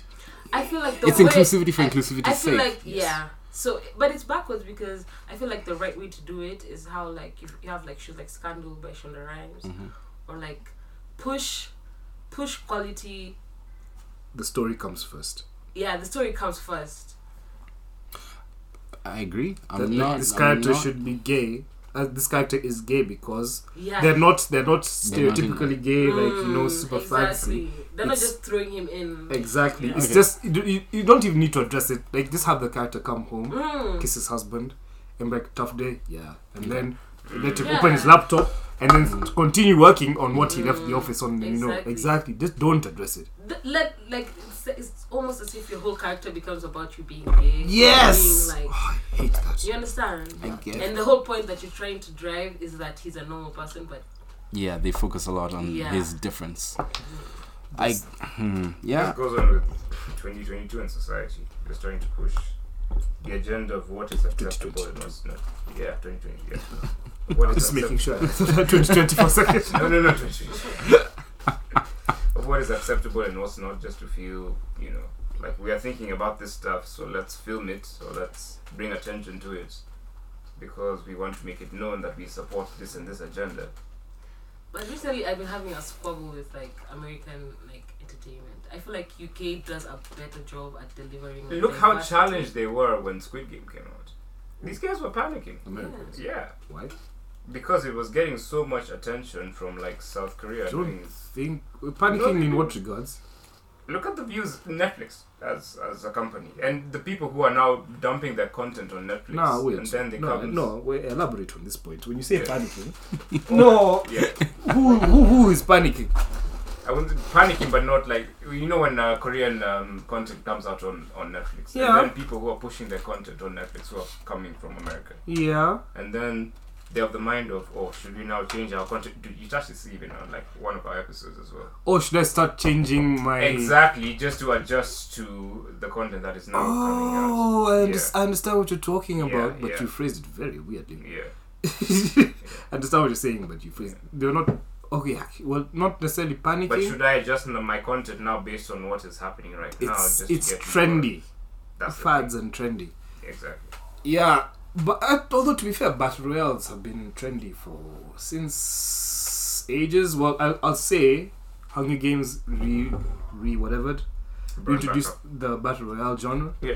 [SPEAKER 2] I feel like the
[SPEAKER 3] it's
[SPEAKER 2] way,
[SPEAKER 3] inclusivity for
[SPEAKER 2] I-
[SPEAKER 3] inclusivity's
[SPEAKER 2] I feel
[SPEAKER 3] sake.
[SPEAKER 2] like yeah. So, but it's backwards because I feel like the right way to do it is how like you, you have like shoes like "Scandal" by Shonda Rhimes,
[SPEAKER 3] Mm-hmm.
[SPEAKER 2] or like push, push quality.
[SPEAKER 1] the story comes first
[SPEAKER 2] Yeah, the story comes first.
[SPEAKER 3] I agree. I'm
[SPEAKER 1] that
[SPEAKER 3] not.
[SPEAKER 1] this
[SPEAKER 3] I'm
[SPEAKER 1] character
[SPEAKER 3] not-
[SPEAKER 1] should be gay uh, this character is gay because
[SPEAKER 2] Yeah, Mm,
[SPEAKER 1] they're not they're not
[SPEAKER 3] They're not in-
[SPEAKER 1] stereotypically gay like you know super
[SPEAKER 2] exactly.
[SPEAKER 1] fancy
[SPEAKER 2] They're not
[SPEAKER 1] It's-
[SPEAKER 2] just throwing him in.
[SPEAKER 1] exactly
[SPEAKER 2] Yeah.
[SPEAKER 1] it's
[SPEAKER 3] Okay.
[SPEAKER 1] just you, you- you don't even need to address it like just have the character come home
[SPEAKER 2] Mm.
[SPEAKER 1] kiss his husband and be like tough day yeah and then let him
[SPEAKER 2] Yeah. Mm,
[SPEAKER 1] open his laptop and then
[SPEAKER 3] Mm.
[SPEAKER 1] continue working on what he left the office on. You know
[SPEAKER 2] Exactly.
[SPEAKER 1] exactly. Just don't address it.
[SPEAKER 2] Th- like, like it's, it's almost as if your whole character becomes about you being gay. or
[SPEAKER 1] Yes.
[SPEAKER 2] Being like,
[SPEAKER 1] Oh, I hate that.
[SPEAKER 2] you understand?
[SPEAKER 3] I get
[SPEAKER 2] And the whole point that you're trying to drive is that he's a normal person, but
[SPEAKER 3] Yeah, they focus a lot on
[SPEAKER 2] Yeah.
[SPEAKER 3] his difference. I hmm, yeah.
[SPEAKER 4] This goes on with 2022 and society. Just trying to push the agenda of what is acceptable and what's not. Yeah, 2020. Yeah. What is
[SPEAKER 1] Just
[SPEAKER 4] accept-
[SPEAKER 1] making sure. Twenty twenty for a second.
[SPEAKER 4] No, no, no, 2022. of what is acceptable and what's not, just to feel, you know, like we are thinking about this stuff, so let's film it, so let's bring attention to it. Because we want to make it known that we support this and this agenda.
[SPEAKER 2] But recently, I've been having a squabble with like American like entertainment. I feel like UK does a better job at delivering. like,
[SPEAKER 4] Look how
[SPEAKER 2] diversity.
[SPEAKER 4] challenged they were when Squid Game came out. These guys were panicking.
[SPEAKER 3] Americans.
[SPEAKER 4] Yeah.
[SPEAKER 1] Why?
[SPEAKER 4] because it was getting so much attention from like South Korea.
[SPEAKER 1] Don't
[SPEAKER 4] doing-
[SPEAKER 1] think we're panicking in what regards?
[SPEAKER 4] Look at the views Netflix as as a company and the people who are now dumping their content on Netflix.
[SPEAKER 1] No, wait.
[SPEAKER 4] And then they
[SPEAKER 1] no,
[SPEAKER 4] come.
[SPEAKER 1] no. Wait, elaborate on this point. When you say
[SPEAKER 4] Yeah.
[SPEAKER 1] panicking, no,
[SPEAKER 4] Yeah,
[SPEAKER 1] who, who who is panicking?
[SPEAKER 4] I was panicking, but not like you know when uh, Korean um, content comes out on on Netflix.
[SPEAKER 1] Yeah.
[SPEAKER 4] And then people who are pushing their content on Netflix who are coming from America,
[SPEAKER 1] Yeah.
[SPEAKER 4] and then. They have the mind of, oh, should we now change our content? Dude, you touched this even on like one of our episodes as well.
[SPEAKER 1] Or Oh, should I start changing my?
[SPEAKER 4] Exactly, just to adjust to the content that is now coming out.
[SPEAKER 1] Oh, I, under-
[SPEAKER 4] Yeah.
[SPEAKER 1] I understand what you're talking
[SPEAKER 4] Yeah,
[SPEAKER 1] about, but
[SPEAKER 4] yeah.
[SPEAKER 1] you phrased it very weirdly.
[SPEAKER 4] Yeah.
[SPEAKER 1] I understand what you're saying, but you phrased they're not. Okay, yeah, well, not necessarily panicking.
[SPEAKER 4] But should I adjust n- my content now based on what is happening right now?
[SPEAKER 1] it's
[SPEAKER 4] just to
[SPEAKER 1] it's
[SPEAKER 4] get people-
[SPEAKER 1] trendy,
[SPEAKER 4] That's the
[SPEAKER 1] fads and trendy.
[SPEAKER 4] thing. Exactly.
[SPEAKER 1] Yeah, but uh, although to be fair, battle royales have been trendy for since ages. Well, I'll, I'll say Hunger Games re re whatevered
[SPEAKER 4] Brought back
[SPEAKER 1] introduced
[SPEAKER 4] up.
[SPEAKER 1] the battle royale genre
[SPEAKER 4] Yeah.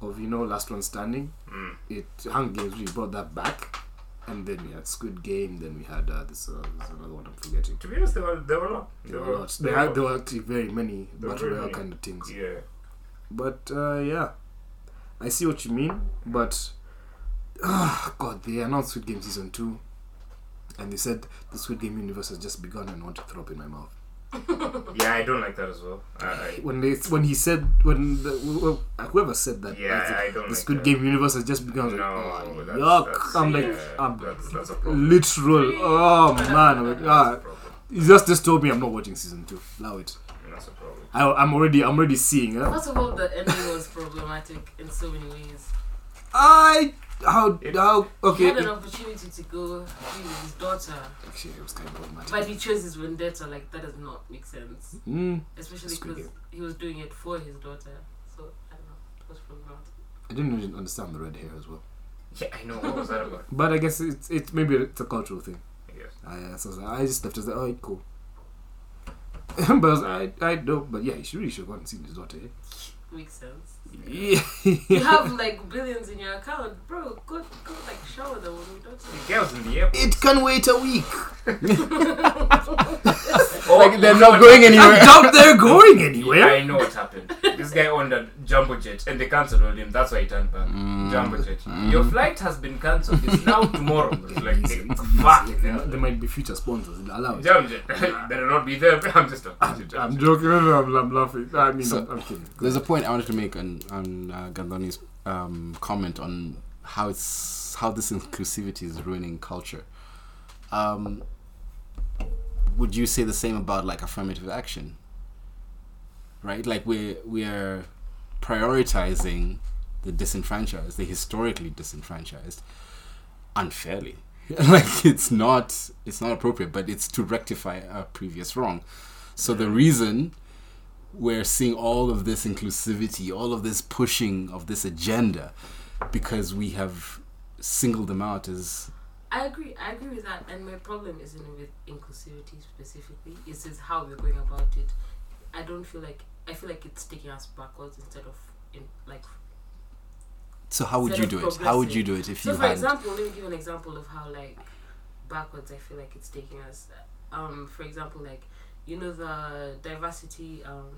[SPEAKER 1] of you know last one standing.
[SPEAKER 4] Mm.
[SPEAKER 1] It Hunger Games really brought that back, and then we had Squid Game. Then we had uh, this, uh, this another one I'm forgetting.
[SPEAKER 4] To be honest, there were there were a lot. There
[SPEAKER 1] There
[SPEAKER 4] were
[SPEAKER 1] were, lots. There, had, there were actually very many
[SPEAKER 4] There were
[SPEAKER 1] battle
[SPEAKER 4] very
[SPEAKER 1] royale
[SPEAKER 4] many.
[SPEAKER 1] kind of things.
[SPEAKER 4] Yeah.
[SPEAKER 1] But uh, yeah, I see what you mean. But ah, God, they announced Squid Game season two, and they said the Squid Game universe has just begun, and I want to throw up in my mouth.
[SPEAKER 4] Yeah, I don't like that as well. I, I,
[SPEAKER 1] When they when he said when the, wh- wh- whoever said that
[SPEAKER 4] Yeah,
[SPEAKER 1] that's it,
[SPEAKER 4] I don't
[SPEAKER 1] the
[SPEAKER 4] like
[SPEAKER 1] Squid
[SPEAKER 4] that.
[SPEAKER 1] Game universe has just begun. I was like,
[SPEAKER 4] no,
[SPEAKER 1] oh,
[SPEAKER 4] that's,
[SPEAKER 1] yuck.
[SPEAKER 4] that's,
[SPEAKER 1] I'm like
[SPEAKER 4] yeah,
[SPEAKER 1] I'm
[SPEAKER 4] that's, that's a problem.
[SPEAKER 1] literal. Oh man, I'm like,
[SPEAKER 4] That's a
[SPEAKER 1] ah.
[SPEAKER 4] problem.
[SPEAKER 1] You just just told me I'm not watching season two. Allow it.
[SPEAKER 4] That's a problem.
[SPEAKER 1] I, I'm already I'm already seeing. Huh?
[SPEAKER 2] First of all, the ending was problematic in so many ways.
[SPEAKER 1] I how how
[SPEAKER 2] He
[SPEAKER 1] okay.
[SPEAKER 2] had
[SPEAKER 1] it-
[SPEAKER 2] an opportunity to go be with his daughter,
[SPEAKER 1] actually, it was kind of problematic.
[SPEAKER 2] but he chose his vendetta. Like that does not make sense,
[SPEAKER 1] Mm,
[SPEAKER 2] especially
[SPEAKER 1] Squid
[SPEAKER 2] because he was doing it for his daughter. So I don't know. It was problematic.
[SPEAKER 1] I didn't really understand the red hair as well,
[SPEAKER 4] Yeah, I know. What was that about?
[SPEAKER 1] but I guess it's it's maybe it's a cultural thing.
[SPEAKER 4] Yes.
[SPEAKER 1] I so I was like, I just left as like, oh cool. but I, was like, I I know, but yeah, she really should go and see his daughter. eh?
[SPEAKER 2] Makes sense.
[SPEAKER 1] Yeah,
[SPEAKER 2] You have like billions in your account, bro. Go, go like shower them when we don't.
[SPEAKER 4] The girls in the airport.
[SPEAKER 1] it can wait a week.
[SPEAKER 4] Oh,
[SPEAKER 3] Like they're
[SPEAKER 4] you
[SPEAKER 3] not
[SPEAKER 4] know
[SPEAKER 3] going
[SPEAKER 1] I
[SPEAKER 3] anywhere.
[SPEAKER 1] doubt they're going
[SPEAKER 4] Yeah,
[SPEAKER 1] anywhere.
[SPEAKER 4] I know what happened. This guy owned a jumbo jet and they cancelled him. That's why he turned back.
[SPEAKER 1] Mm.
[SPEAKER 4] Jumbo jet. Your flight has been cancelled. It's now tomorrow. It's like,
[SPEAKER 1] It's- it's-
[SPEAKER 4] fuck.
[SPEAKER 1] it's- there, there might be future sponsors. Allow it.
[SPEAKER 4] Jumbo jet. Better not be there. I'm just talking.
[SPEAKER 1] I'm joking. I'm, I'm laughing. I mean,
[SPEAKER 3] So-
[SPEAKER 1] I'm, I'm kidding.
[SPEAKER 3] There's a point I wanted to make on on uh, Gandoni's um, comment on how it's how this inclusivity is ruining culture. Um, would you say the same about like affirmative action? Right, like we're we're prioritizing the disenfranchised, the historically disenfranchised, unfairly. like it's not it's not appropriate, but it's to rectify a previous wrong. So the reason we're seeing all of this inclusivity, all of this pushing of this agenda, because we have singled them out as
[SPEAKER 2] I agree. I agree with that. And my problem isn't with inclusivity specifically. It's just how we're going about it. I don't feel like I feel like it's taking us backwards instead of in like.
[SPEAKER 3] so. How would you
[SPEAKER 2] Instead
[SPEAKER 3] do
[SPEAKER 2] of
[SPEAKER 3] it? How would you do it if
[SPEAKER 2] So
[SPEAKER 3] you
[SPEAKER 2] for
[SPEAKER 3] had?
[SPEAKER 2] example, let me give an example of how like backwards I feel like it's taking us. Um, for example, like you know the diversity um,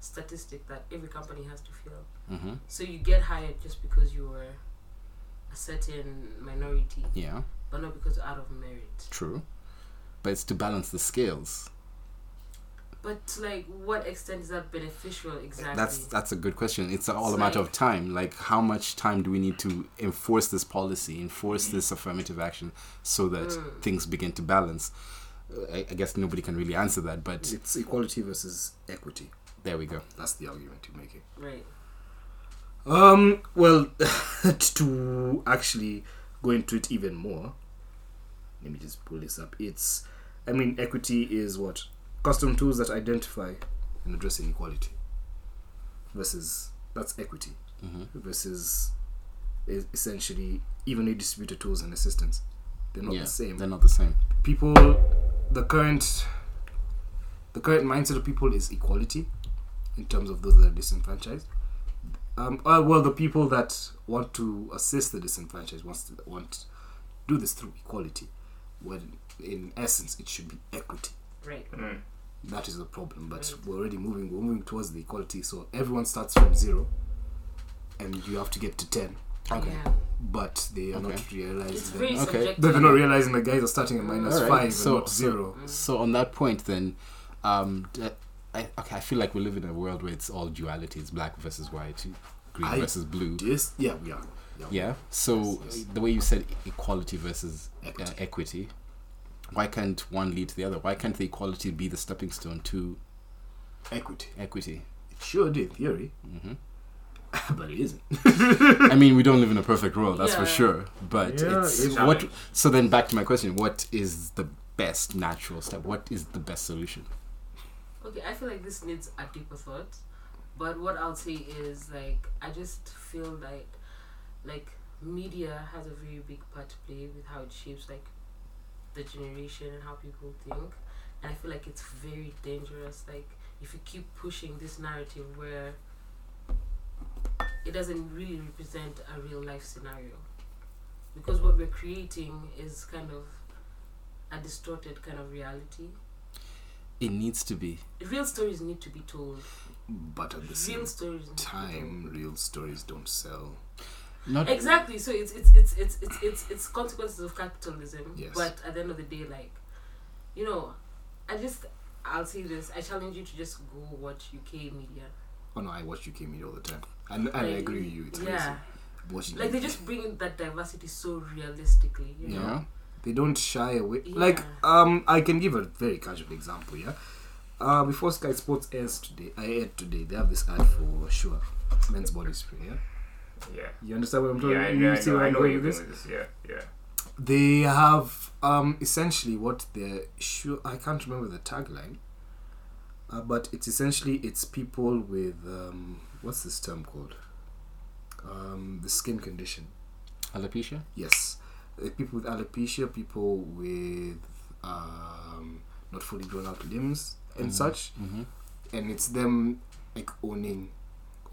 [SPEAKER 2] statistic that every company has to fill.
[SPEAKER 3] Mhm.
[SPEAKER 2] So you get hired just because you were a certain minority.
[SPEAKER 3] Yeah,
[SPEAKER 2] but not because you're out of merit.
[SPEAKER 3] True. But it's to balance the scales.
[SPEAKER 2] But to like, what extent is that beneficial exactly?
[SPEAKER 3] That's that's a good question. It's all
[SPEAKER 2] It's
[SPEAKER 3] a matter
[SPEAKER 2] like-
[SPEAKER 3] of time. Like how much time do we need to enforce this policy, enforce this affirmative action, so that
[SPEAKER 2] Mm.
[SPEAKER 3] things begin to balance? Uh, I, I guess nobody can really answer that, but
[SPEAKER 1] It's equality versus equity.
[SPEAKER 3] there we go.
[SPEAKER 1] That's the argument eh? you're making.
[SPEAKER 2] right.
[SPEAKER 1] Um, well, to actually go into it even more, let me just pull this up. It's, I mean, equity is what? Custom tools that identify and address inequality. Versus, that's equity.
[SPEAKER 3] hmm
[SPEAKER 1] Versus, e- essentially, evenly distributed tools and assistance. They're not
[SPEAKER 3] yeah,
[SPEAKER 1] the same
[SPEAKER 3] They're not the same.
[SPEAKER 1] people the current the current mindset of people is equality in terms of those that are disenfranchised um, uh, well the people that want to assist the disenfranchised wants to want to do this through equality when in essence it should be equity
[SPEAKER 2] Right.
[SPEAKER 4] Mm.
[SPEAKER 1] that is the problem but
[SPEAKER 2] Right.
[SPEAKER 1] we're already moving we're moving towards the equality so everyone starts from zero and you have to get to 10
[SPEAKER 2] Yeah.
[SPEAKER 1] but they are not
[SPEAKER 3] Okay.
[SPEAKER 1] realizing
[SPEAKER 2] It's
[SPEAKER 1] that-
[SPEAKER 2] very
[SPEAKER 3] Okay.
[SPEAKER 2] subjective.
[SPEAKER 1] they're not realizing the guys are starting at minus
[SPEAKER 3] Alright,
[SPEAKER 1] five
[SPEAKER 3] so-
[SPEAKER 1] and not
[SPEAKER 3] so-
[SPEAKER 1] zero
[SPEAKER 3] So on that point, then, um, d- I, okay, I feel like we live in a world where it's all duality. It's black versus white, green
[SPEAKER 1] I
[SPEAKER 3] versus blue.
[SPEAKER 1] Yes, yeah, we are.
[SPEAKER 3] Yeah. So
[SPEAKER 1] Yes, yes.
[SPEAKER 3] the way you said equality versus equity. Uh,
[SPEAKER 1] Equity.
[SPEAKER 3] equity, why can't one lead to the other? Why can't the equality be the stepping stone to
[SPEAKER 1] Equity.
[SPEAKER 3] equity?
[SPEAKER 1] It should in theory,
[SPEAKER 3] hmm
[SPEAKER 1] but it isn't.
[SPEAKER 3] I mean, we don't live in a perfect world, that's for
[SPEAKER 2] Yeah.
[SPEAKER 3] sure. But
[SPEAKER 1] Yeah,
[SPEAKER 3] it's
[SPEAKER 1] it's-
[SPEAKER 3] what. So then, back to my question: What is the best natural step? What is the best solution?
[SPEAKER 2] Okay, I feel like this needs a deeper thought. But what I'll say is like I just feel like like media has a very big part to play with how it shapes like the generation and how people think. And I feel like it's very dangerous, like if you keep pushing this narrative where it doesn't really represent a real life scenario. Because what we're creating is kind of a distorted kind of reality.
[SPEAKER 3] It needs to be.
[SPEAKER 2] Real stories need to be told.
[SPEAKER 1] But at the
[SPEAKER 2] real
[SPEAKER 1] same
[SPEAKER 2] stories need to be
[SPEAKER 1] time, real stories don't sell.
[SPEAKER 3] Not
[SPEAKER 2] told. exactly so it's it's it's it's it's it's, it's consequences of capitalism
[SPEAKER 1] Yes.
[SPEAKER 2] but at the end of the day like you know i just i'll say this i challenge you to just go watch uk media
[SPEAKER 1] Oh no, I watch UK media all the time, and, and I
[SPEAKER 2] Like,
[SPEAKER 1] agree with you. It's
[SPEAKER 2] yeah
[SPEAKER 1] crazy. Watching
[SPEAKER 2] like they
[SPEAKER 1] UK.
[SPEAKER 2] just bring in that diversity so realistically you know
[SPEAKER 3] yeah.
[SPEAKER 1] they don't shy away.
[SPEAKER 2] Yeah.
[SPEAKER 1] Like um, I can give a very casual example. Yeah, uh, before Sky Sports airs today, I aired today. They have this ad for sure, men's body spray. Yeah,
[SPEAKER 4] Yeah.
[SPEAKER 1] you understand what I'm talking?
[SPEAKER 4] Yeah, I
[SPEAKER 1] you
[SPEAKER 4] know, I
[SPEAKER 1] see
[SPEAKER 4] know,
[SPEAKER 1] where
[SPEAKER 4] I
[SPEAKER 1] I'm
[SPEAKER 4] know where
[SPEAKER 1] going
[SPEAKER 4] you're
[SPEAKER 1] with this?
[SPEAKER 4] going with this. Yeah, yeah.
[SPEAKER 1] they have um essentially what they're sure i can't remember the tagline uh, but it's essentially it's people with um what's this term called um the skin condition
[SPEAKER 3] Alopecia.
[SPEAKER 1] yes Uh, people with alopecia people with um not fully grown out limbs and
[SPEAKER 3] Mhm.
[SPEAKER 1] such
[SPEAKER 3] Mm-hmm.
[SPEAKER 1] and it's them like owning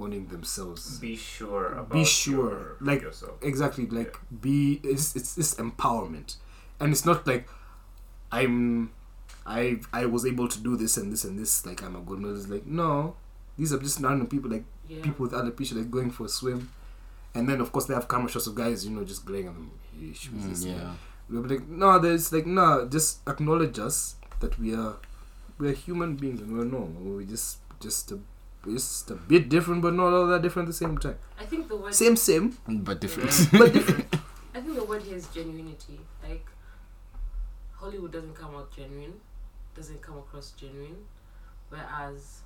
[SPEAKER 1] owning themselves
[SPEAKER 4] Be sure about
[SPEAKER 1] sure,
[SPEAKER 4] your,
[SPEAKER 1] like-
[SPEAKER 4] yourself.
[SPEAKER 1] exactly like be it's it's this empowerment and it's not like i'm i i was able to do this and this and this like i'm a good model it's like no these are just random people like
[SPEAKER 2] yeah
[SPEAKER 1] people with other people like going for a swim and then of course they have camera shots of guys you know just glaring at them "Hey, she was this
[SPEAKER 3] Mm, yeah.
[SPEAKER 1] we're like no there's like no just acknowledge us that we are we're human beings and we're normal we're just just a just a bit different but not all that different at the same time
[SPEAKER 2] i think the word
[SPEAKER 1] same same
[SPEAKER 3] But different.
[SPEAKER 1] but different
[SPEAKER 2] i think the word here is genuinity like hollywood doesn't come out genuine doesn't come across genuine whereas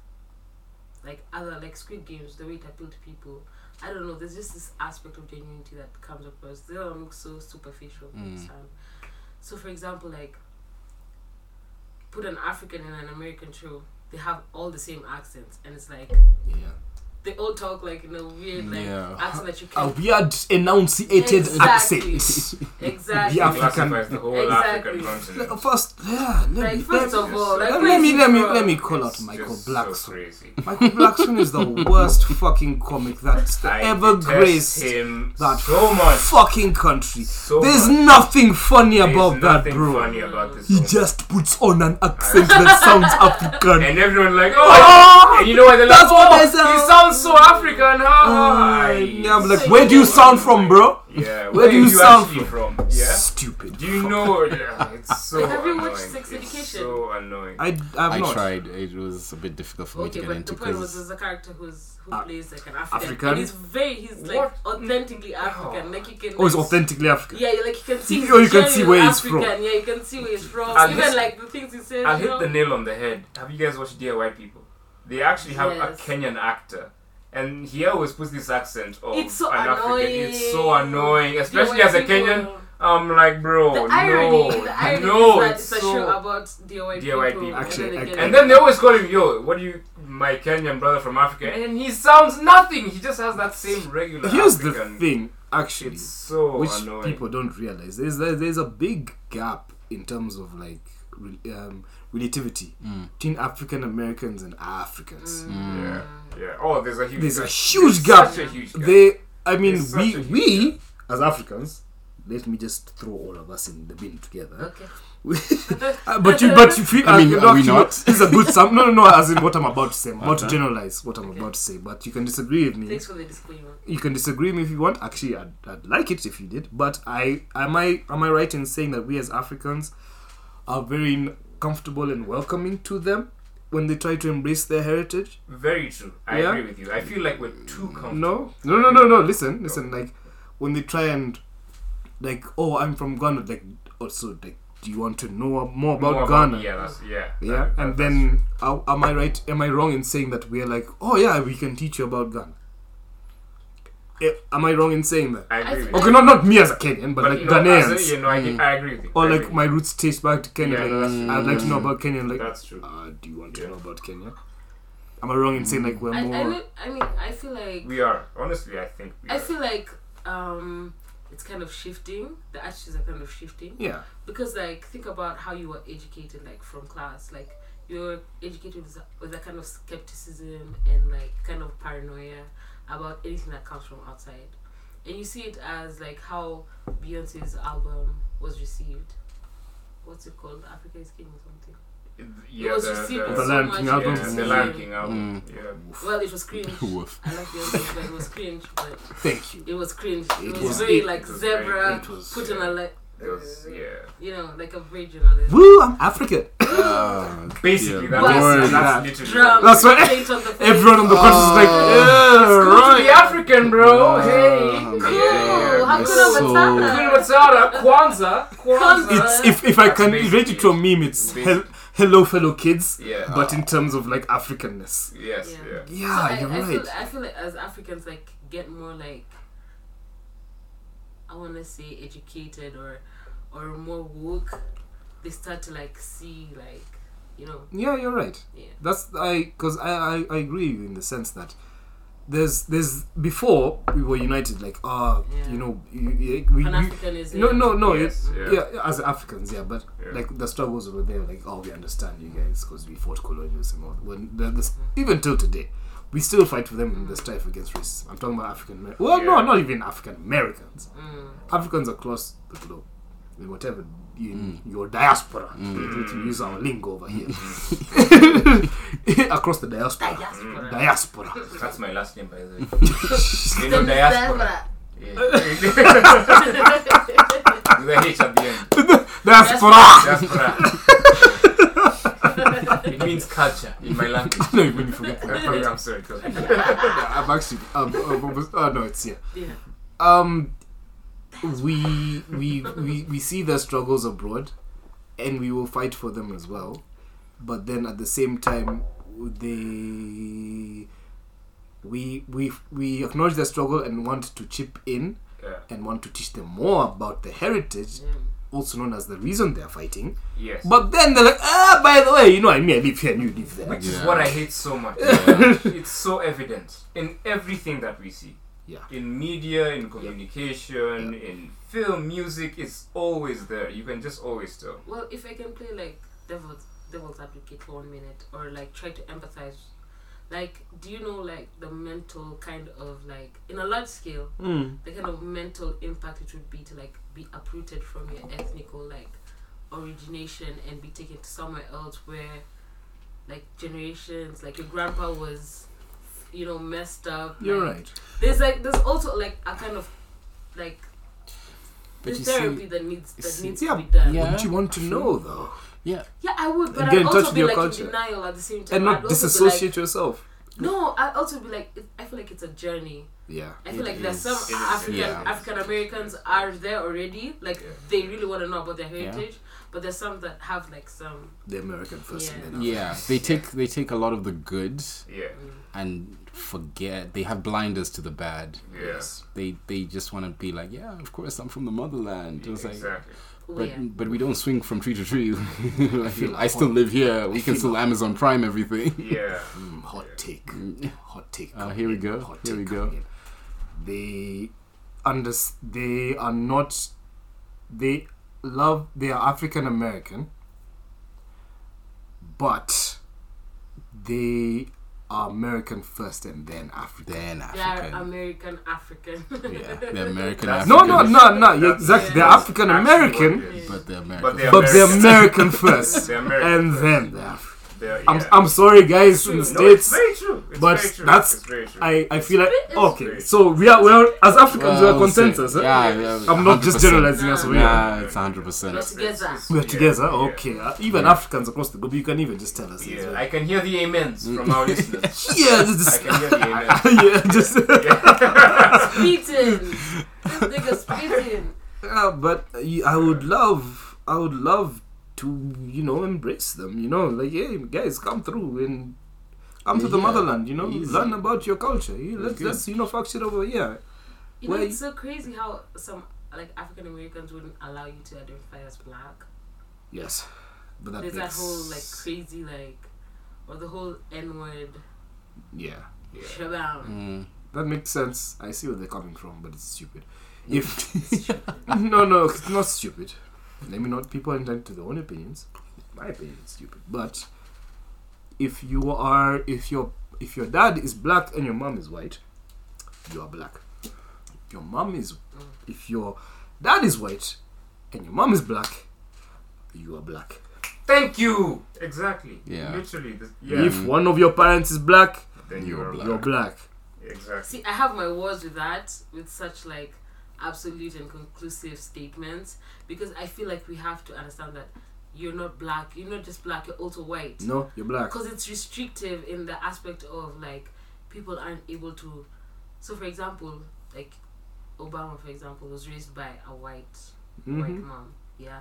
[SPEAKER 2] like other like squid games the way it appealed to people i don't know there's just this aspect of genuinity that comes across they don't look so superficial you
[SPEAKER 3] Mm.
[SPEAKER 2] understand? so for example like put an african and an american show they have all the same accents and it's like
[SPEAKER 1] yeah
[SPEAKER 2] they all talk like in a weird like
[SPEAKER 3] Yeah.
[SPEAKER 2] accent that you
[SPEAKER 1] a
[SPEAKER 2] can't
[SPEAKER 1] weird enunciated
[SPEAKER 2] Exactly.
[SPEAKER 1] accent.
[SPEAKER 2] exactly
[SPEAKER 1] Yeah, African-
[SPEAKER 4] Classifies the whole
[SPEAKER 2] Exactly.
[SPEAKER 4] African
[SPEAKER 1] Like,
[SPEAKER 4] continent.
[SPEAKER 1] First, yeah, let
[SPEAKER 2] Like,
[SPEAKER 1] me,
[SPEAKER 2] first
[SPEAKER 1] let,
[SPEAKER 2] of all, like,
[SPEAKER 1] let
[SPEAKER 2] where
[SPEAKER 1] me,
[SPEAKER 2] is
[SPEAKER 1] let
[SPEAKER 2] he
[SPEAKER 1] me,
[SPEAKER 2] from?
[SPEAKER 1] let me call out
[SPEAKER 4] It's
[SPEAKER 1] Michael
[SPEAKER 4] just So
[SPEAKER 1] Blackson.
[SPEAKER 4] crazy.
[SPEAKER 1] Michael Blackson is the worst fucking comic that's
[SPEAKER 4] I
[SPEAKER 1] ever
[SPEAKER 4] detest
[SPEAKER 1] graced
[SPEAKER 4] him
[SPEAKER 1] that
[SPEAKER 4] so much.
[SPEAKER 1] fucking country.
[SPEAKER 4] So
[SPEAKER 1] There's
[SPEAKER 4] much.
[SPEAKER 1] nothing funny
[SPEAKER 4] There's
[SPEAKER 1] about that,
[SPEAKER 4] nothing
[SPEAKER 1] bro.
[SPEAKER 4] Funny about this
[SPEAKER 1] He
[SPEAKER 4] woman.
[SPEAKER 1] just puts on an accent that sounds African.
[SPEAKER 4] and everyone like,
[SPEAKER 1] Oh!
[SPEAKER 4] oh, and you know what? They're like,
[SPEAKER 1] That's what
[SPEAKER 4] oh,
[SPEAKER 1] they sound-
[SPEAKER 4] he sounds so African.
[SPEAKER 1] Uh,
[SPEAKER 4] Huh?
[SPEAKER 1] yeah, I'm like, where do you sound from, bro?
[SPEAKER 4] Yeah.
[SPEAKER 1] Where do you sound
[SPEAKER 4] actually from? Yeah.
[SPEAKER 1] Stupid.
[SPEAKER 4] Do you know? Yeah, it's so
[SPEAKER 2] Like, have you
[SPEAKER 4] annoying.
[SPEAKER 2] watched Sex
[SPEAKER 4] it's
[SPEAKER 2] Education?
[SPEAKER 4] so annoying.
[SPEAKER 1] I, I've
[SPEAKER 3] I
[SPEAKER 1] not.
[SPEAKER 3] tried. It was a bit difficult for me
[SPEAKER 2] Okay,
[SPEAKER 3] to get
[SPEAKER 2] but
[SPEAKER 3] into
[SPEAKER 2] the point was
[SPEAKER 3] because
[SPEAKER 2] there's a character who's who
[SPEAKER 1] Ah,
[SPEAKER 2] plays like an African.
[SPEAKER 1] African?
[SPEAKER 2] And he's very he's like
[SPEAKER 4] What?
[SPEAKER 2] authentically
[SPEAKER 4] Oh.
[SPEAKER 2] African. Like you can
[SPEAKER 1] Oh, it's
[SPEAKER 2] like,
[SPEAKER 1] authentically African.
[SPEAKER 2] Yeah, you- like you can see.
[SPEAKER 1] Oh, you can see
[SPEAKER 2] genuine
[SPEAKER 1] where he's from.
[SPEAKER 2] African. Yeah, you can see where he's from.
[SPEAKER 4] I'll
[SPEAKER 2] Even
[SPEAKER 4] hit-
[SPEAKER 2] like the things he says.
[SPEAKER 4] I'll
[SPEAKER 2] you
[SPEAKER 4] hit
[SPEAKER 2] know?
[SPEAKER 4] the nail on the head. Have you guys watched Dear White People? They actually have
[SPEAKER 2] Yes.
[SPEAKER 4] a Kenyan actor. And he always puts this accent of
[SPEAKER 2] It's so
[SPEAKER 4] an African. It's so
[SPEAKER 2] annoying.
[SPEAKER 4] annoying,
[SPEAKER 2] Dear
[SPEAKER 4] especially
[SPEAKER 2] White
[SPEAKER 4] as a
[SPEAKER 2] People.
[SPEAKER 4] Kenyan. I'm like, bro,
[SPEAKER 2] The irony,
[SPEAKER 4] no,
[SPEAKER 2] the irony
[SPEAKER 4] no,
[SPEAKER 2] is that
[SPEAKER 4] it's
[SPEAKER 2] it's a show
[SPEAKER 4] so.
[SPEAKER 2] about dear white
[SPEAKER 4] Dear white
[SPEAKER 2] people.
[SPEAKER 4] people.
[SPEAKER 2] and
[SPEAKER 1] Actually,
[SPEAKER 2] then
[SPEAKER 1] I-
[SPEAKER 2] they get-
[SPEAKER 4] And then they always call him, yo, what do you, my Kenyan brother from Africa? And he sounds nothing. He just has that same regular.
[SPEAKER 1] Here's
[SPEAKER 4] African.
[SPEAKER 1] the thing, actually,
[SPEAKER 4] It's so
[SPEAKER 1] which
[SPEAKER 4] annoying.
[SPEAKER 1] people don't realize. There's there- there's a big gap in terms of like re- um, relativity
[SPEAKER 3] Mm.
[SPEAKER 1] between African Americans and Africans.
[SPEAKER 4] Yeah,
[SPEAKER 2] Mm.
[SPEAKER 4] yeah. Oh, there's a huge.
[SPEAKER 1] There's a
[SPEAKER 4] gap.
[SPEAKER 1] huge
[SPEAKER 4] Mm. There's
[SPEAKER 1] gap.
[SPEAKER 4] Such a huge gap.
[SPEAKER 1] They, I mean,
[SPEAKER 4] There's such
[SPEAKER 1] we
[SPEAKER 4] a huge
[SPEAKER 1] we as Africans, let me just throw all of us in the bin together.
[SPEAKER 2] Okay.
[SPEAKER 1] Uh, but you, but you feel.
[SPEAKER 3] I mean,
[SPEAKER 1] uh,
[SPEAKER 3] are we
[SPEAKER 1] actually,
[SPEAKER 3] not?
[SPEAKER 1] This is a good sum. No, no, no. As in what I'm about to say, I'm about to
[SPEAKER 3] Okay.
[SPEAKER 1] generalize what I'm
[SPEAKER 2] Okay.
[SPEAKER 1] about to say. But you can disagree with me.
[SPEAKER 2] Thanks for the disclaimer.
[SPEAKER 1] you can disagree with me if you want. Actually, I'd, I'd like it if you did. But I am I am I right in saying that we as Africans are very n- comfortable and welcoming to them when they try to embrace their heritage?
[SPEAKER 4] Very true. I
[SPEAKER 1] Yeah.
[SPEAKER 4] agree with you. I feel like we're too comfortable.
[SPEAKER 1] No, no, no, no, no. Listen, listen. Like when they try and like, oh, I'm from Ghana. Like also, like, do you want to know more about
[SPEAKER 4] More
[SPEAKER 1] Ghana?
[SPEAKER 4] yeah, that's, yeah.
[SPEAKER 1] Yeah,
[SPEAKER 4] that-
[SPEAKER 1] and
[SPEAKER 4] that's
[SPEAKER 1] then how- am I right? Am I wrong in saying that we are like, oh yeah, we can teach you about Ghana? Eh, Am I wrong in saying that?
[SPEAKER 4] I agree with
[SPEAKER 2] I
[SPEAKER 4] you.
[SPEAKER 1] Okay, not not me as a Kenyan, but,
[SPEAKER 4] But
[SPEAKER 1] like
[SPEAKER 4] you know, as a-
[SPEAKER 1] Ghanaians. mm.
[SPEAKER 4] you know, I, get- I agree with you.
[SPEAKER 1] Or
[SPEAKER 4] I
[SPEAKER 1] like
[SPEAKER 4] agree.
[SPEAKER 1] my roots taste back to Kenya.
[SPEAKER 4] Yeah,
[SPEAKER 1] like,
[SPEAKER 4] that's- Mm.
[SPEAKER 1] I'd like to know about Kenya. Like,
[SPEAKER 4] That's true.
[SPEAKER 1] uh, do you want to
[SPEAKER 4] Yeah.
[SPEAKER 1] know about Kenya? Am I wrong in saying like we're
[SPEAKER 2] I,
[SPEAKER 1] more?
[SPEAKER 2] I, li- I mean, I feel like
[SPEAKER 4] We are honestly. I think we
[SPEAKER 2] I
[SPEAKER 4] are.
[SPEAKER 2] feel like um, it's kind of shifting. The attitudes are kind of shifting
[SPEAKER 1] yeah,
[SPEAKER 2] because, like, think about how you were educated, like from class. Like, you're educated with, with a kind of skepticism and like kind of paranoia about anything that comes from outside, and you see it as like how Beyonce's album was received. What's it called? Africa is King or something.
[SPEAKER 4] yeah,
[SPEAKER 2] it was
[SPEAKER 4] the,
[SPEAKER 2] received
[SPEAKER 4] the,
[SPEAKER 2] with
[SPEAKER 1] The
[SPEAKER 2] so
[SPEAKER 1] Lion
[SPEAKER 2] much
[SPEAKER 1] King album.
[SPEAKER 4] Yeah,
[SPEAKER 2] criticism.
[SPEAKER 4] the Lion King album.
[SPEAKER 2] Well, it was cringe.
[SPEAKER 3] Woof.
[SPEAKER 2] I like Beyonce, but it was cringe. But
[SPEAKER 1] thank you.
[SPEAKER 2] it was cringe. It, was,
[SPEAKER 1] was-
[SPEAKER 2] very
[SPEAKER 1] it-
[SPEAKER 2] like
[SPEAKER 4] it was very-
[SPEAKER 2] zebra
[SPEAKER 1] it was-
[SPEAKER 2] put on a like,
[SPEAKER 4] Yeah, it was yeah.
[SPEAKER 2] you know, like a virgin on it.
[SPEAKER 1] Woo! I'm African.
[SPEAKER 3] uh,
[SPEAKER 4] Basically,
[SPEAKER 3] yeah,
[SPEAKER 4] that
[SPEAKER 2] Well,
[SPEAKER 4] was,
[SPEAKER 3] Lord,
[SPEAKER 1] that-
[SPEAKER 4] that's literally.
[SPEAKER 2] Drum,
[SPEAKER 1] That's why-
[SPEAKER 2] paint on the face.
[SPEAKER 1] Everyone
[SPEAKER 4] Oh,
[SPEAKER 1] on the course is like,
[SPEAKER 3] Uh,
[SPEAKER 1] yeah,
[SPEAKER 4] Good to
[SPEAKER 1] right.
[SPEAKER 4] be Oh, African, bro. hey.
[SPEAKER 3] Cool.
[SPEAKER 4] Yeah.
[SPEAKER 2] Hakuna
[SPEAKER 3] So-
[SPEAKER 2] Matata.
[SPEAKER 4] Hakuna Matata, Kwanzaa, Kwanzaa.
[SPEAKER 1] It's if if I
[SPEAKER 4] That's
[SPEAKER 1] can
[SPEAKER 4] basically
[SPEAKER 1] relate it to a meme, it's
[SPEAKER 4] Basically.
[SPEAKER 1] hel- hello fellow kids,
[SPEAKER 4] Yeah.
[SPEAKER 1] but in terms of like Africanness.
[SPEAKER 4] yes,
[SPEAKER 2] Yeah.
[SPEAKER 4] yeah.
[SPEAKER 1] Yeah,
[SPEAKER 2] I,
[SPEAKER 1] you're
[SPEAKER 2] I
[SPEAKER 1] right.
[SPEAKER 2] Feel, I feel like as Africans, like get more like I want to say educated or or more woke. They start to like see like you know
[SPEAKER 1] Yeah, you're right.
[SPEAKER 2] Yeah.
[SPEAKER 1] That's I because I, I I agree with you in the sense that there's there's before we were united like ah
[SPEAKER 2] Yeah.
[SPEAKER 1] you know you, you, we,
[SPEAKER 2] Pan
[SPEAKER 1] we
[SPEAKER 2] Africanism.
[SPEAKER 1] no no no
[SPEAKER 4] Yes,
[SPEAKER 1] yeah,
[SPEAKER 4] yeah.
[SPEAKER 1] yeah. as Africans yeah but
[SPEAKER 4] Yeah.
[SPEAKER 1] like the struggles were there like oh we understand you guys because we fought colonialism or when the, the, even till today we still fight for them in the strife against racism I'm talking about African Amer- well no
[SPEAKER 4] Yeah.
[SPEAKER 1] not even African Americans
[SPEAKER 2] Mm.
[SPEAKER 1] Africans across the globe in whatever in your diaspora to use our lingo over here across the diaspora
[SPEAKER 2] Diaspora.
[SPEAKER 1] diaspora
[SPEAKER 4] That's my last name, by the way. you
[SPEAKER 1] Mm,
[SPEAKER 4] know, diaspora. Yeah. With a H at the end.
[SPEAKER 1] diaspora
[SPEAKER 4] Diaspora. it means culture in my language.
[SPEAKER 1] no even forget that.
[SPEAKER 4] That's why I'm sorry. it was-
[SPEAKER 1] I'm actually um, um, um, oh no it's here
[SPEAKER 2] Yeah.
[SPEAKER 1] um we we we we see their struggles abroad and we will fight for them as well but then at the same time they we we we acknowledge their struggle and want to chip in
[SPEAKER 4] Yeah.
[SPEAKER 1] and want to teach them more about the heritage
[SPEAKER 2] Mm.
[SPEAKER 1] also known as the reason they're fighting
[SPEAKER 4] Yes.
[SPEAKER 1] but then they're like ah by the way you know i mean i live here and you live there
[SPEAKER 4] Which is
[SPEAKER 3] Yeah.
[SPEAKER 4] what I hate so much. it's so evident in everything that we see.
[SPEAKER 1] Yeah.
[SPEAKER 4] In media, in communication, in film, music, it's always there. You can just always tell.
[SPEAKER 2] Well, if I can play like devil's devil's advocate for one minute, or like try to empathize, like do you know like the mental kind of like in a large scale,
[SPEAKER 1] Mm.
[SPEAKER 2] the kind of mental impact it would be to like be uprooted from your ethnical like origination and be taken to somewhere else where like generations like your grandpa was you know messed up
[SPEAKER 1] you're
[SPEAKER 2] like,
[SPEAKER 1] right
[SPEAKER 2] there's like there's also like a kind of like
[SPEAKER 3] But
[SPEAKER 2] There's
[SPEAKER 3] you
[SPEAKER 2] therapy
[SPEAKER 3] see,
[SPEAKER 2] that needs that
[SPEAKER 3] see-
[SPEAKER 2] needs
[SPEAKER 1] Yeah,
[SPEAKER 2] to be done.
[SPEAKER 3] yeah.
[SPEAKER 2] Yeah,
[SPEAKER 1] Wouldn't you want to
[SPEAKER 3] Sure.
[SPEAKER 1] know though?
[SPEAKER 2] I would, but
[SPEAKER 1] And get in
[SPEAKER 2] I'd
[SPEAKER 1] touch
[SPEAKER 2] also
[SPEAKER 1] with
[SPEAKER 2] be
[SPEAKER 1] your
[SPEAKER 2] like
[SPEAKER 1] culture.
[SPEAKER 2] in denial at the same time.
[SPEAKER 1] And
[SPEAKER 2] I'd
[SPEAKER 1] not
[SPEAKER 2] also be
[SPEAKER 1] disassociate
[SPEAKER 2] Like,
[SPEAKER 1] yourself.
[SPEAKER 2] no, I'd also be like, it, I feel like it's a journey.
[SPEAKER 3] Yeah.
[SPEAKER 2] I feel
[SPEAKER 3] it
[SPEAKER 2] like there's some
[SPEAKER 3] is.
[SPEAKER 4] It is,
[SPEAKER 2] African
[SPEAKER 3] yeah.
[SPEAKER 2] African Americans are there already. Like
[SPEAKER 4] Yeah.
[SPEAKER 2] they really want to know about their
[SPEAKER 3] Yeah.
[SPEAKER 2] heritage, but there's some that have like some.
[SPEAKER 1] The American first
[SPEAKER 2] Yeah.
[SPEAKER 1] and then
[SPEAKER 3] Yeah, they take they take a lot of the good
[SPEAKER 4] Yeah.
[SPEAKER 1] Mm.
[SPEAKER 3] and forget they have blinders to the bad.
[SPEAKER 4] Yes.
[SPEAKER 3] They they just want to be like, yeah, of course I'm from the motherland. It's like,
[SPEAKER 4] exactly.
[SPEAKER 3] but
[SPEAKER 2] oh, yeah.
[SPEAKER 3] but we don't swing from tree to tree. I,
[SPEAKER 1] feel
[SPEAKER 3] I still live here. We can
[SPEAKER 1] feel-
[SPEAKER 3] still Amazon Prime everything.
[SPEAKER 4] Yeah.
[SPEAKER 1] Mm, hot take. Hot take.
[SPEAKER 3] Uh,
[SPEAKER 1] coming
[SPEAKER 3] here we
[SPEAKER 1] in,
[SPEAKER 3] go,
[SPEAKER 1] Hot
[SPEAKER 3] here
[SPEAKER 1] take
[SPEAKER 3] we go.
[SPEAKER 1] coming in. They under they are not they love they are African American but they are American first and then African.
[SPEAKER 3] Then
[SPEAKER 2] They are
[SPEAKER 3] African.
[SPEAKER 2] American African.
[SPEAKER 3] yeah, they're American.
[SPEAKER 4] That's-
[SPEAKER 1] No, no,
[SPEAKER 3] Africans,
[SPEAKER 1] no, no. You're exactly.
[SPEAKER 2] Yeah.
[SPEAKER 1] They're African American,
[SPEAKER 4] Actually,
[SPEAKER 3] But they're American.
[SPEAKER 4] But they are
[SPEAKER 1] but they're
[SPEAKER 4] American.
[SPEAKER 1] American first,
[SPEAKER 4] They're American
[SPEAKER 1] and
[SPEAKER 4] first.
[SPEAKER 1] then they're. Af-
[SPEAKER 4] They're-
[SPEAKER 1] I'm,
[SPEAKER 4] yeah.
[SPEAKER 1] I'm sorry, guys, in the
[SPEAKER 4] No, it's
[SPEAKER 1] states.
[SPEAKER 4] very true. It's
[SPEAKER 1] but
[SPEAKER 4] very true.
[SPEAKER 1] that's-
[SPEAKER 4] it's very true.
[SPEAKER 1] I, I feel like
[SPEAKER 2] It's-
[SPEAKER 1] okay. So we are we are as Africans we
[SPEAKER 3] Well,
[SPEAKER 1] are
[SPEAKER 3] we'll see.
[SPEAKER 1] consensus. huh?
[SPEAKER 3] Yeah, yeah,
[SPEAKER 1] I'm not just
[SPEAKER 3] 100%.
[SPEAKER 1] generalizing as
[SPEAKER 2] Nah.
[SPEAKER 1] we are.
[SPEAKER 3] Nah, it's 100%.
[SPEAKER 2] That's- together.
[SPEAKER 1] We are
[SPEAKER 4] Yeah,
[SPEAKER 1] together,
[SPEAKER 4] yeah.
[SPEAKER 1] okay. Uh, even
[SPEAKER 3] Yeah.
[SPEAKER 1] Africans across the globe, you can even just tell us. as
[SPEAKER 4] Yeah,
[SPEAKER 1] well.
[SPEAKER 4] I can hear the amens from our listeners.
[SPEAKER 1] yeah, this is-
[SPEAKER 4] I can hear the amens.
[SPEAKER 1] yeah, just.
[SPEAKER 2] Spitting. This nigga spitting.
[SPEAKER 1] Yeah, but you- I would love, I would love to, you know, embrace them. You know, like hey guys, come through and come to the
[SPEAKER 3] Yeah,
[SPEAKER 1] motherland. You know,
[SPEAKER 3] easy.
[SPEAKER 1] learn about your culture. You- Let's
[SPEAKER 3] Good.
[SPEAKER 1] let's you know fuck shit over here.
[SPEAKER 2] You know,
[SPEAKER 1] Wait.
[SPEAKER 2] it's so crazy how some like African Americans wouldn't allow you to identify as black.
[SPEAKER 1] Yes, but that
[SPEAKER 2] There's that
[SPEAKER 1] makes-
[SPEAKER 2] whole like crazy like, or the whole N word
[SPEAKER 1] yeah.
[SPEAKER 2] shabam.
[SPEAKER 3] Mm.
[SPEAKER 1] That makes sense. I see where they're coming from, but it's stupid. If no, no, it's not stupid. Let me not. People are entitled to their own opinions. My opinion is stupid. But if you are, if your if your dad is black and your mom is white, you are black. If Your mom is. If your dad is white and your mom is black, you are black.
[SPEAKER 4] Thank you. Exactly.
[SPEAKER 3] Yeah.
[SPEAKER 4] Literally. This, yeah.
[SPEAKER 1] If one of your parents is black,
[SPEAKER 4] then
[SPEAKER 3] You're
[SPEAKER 4] you're
[SPEAKER 3] black.
[SPEAKER 1] you're black.
[SPEAKER 4] Exactly.
[SPEAKER 1] Mm.
[SPEAKER 2] See, I have my wars with that, with such like absolute and conclusive statements, because I feel like we have to understand that you're not black. You're not just black. You're also white.
[SPEAKER 1] No, you're black.
[SPEAKER 2] because it's restrictive in the aspect of like people aren't able to so for example like obama for example was raised by a white white
[SPEAKER 1] Mhm.
[SPEAKER 2] mom yeah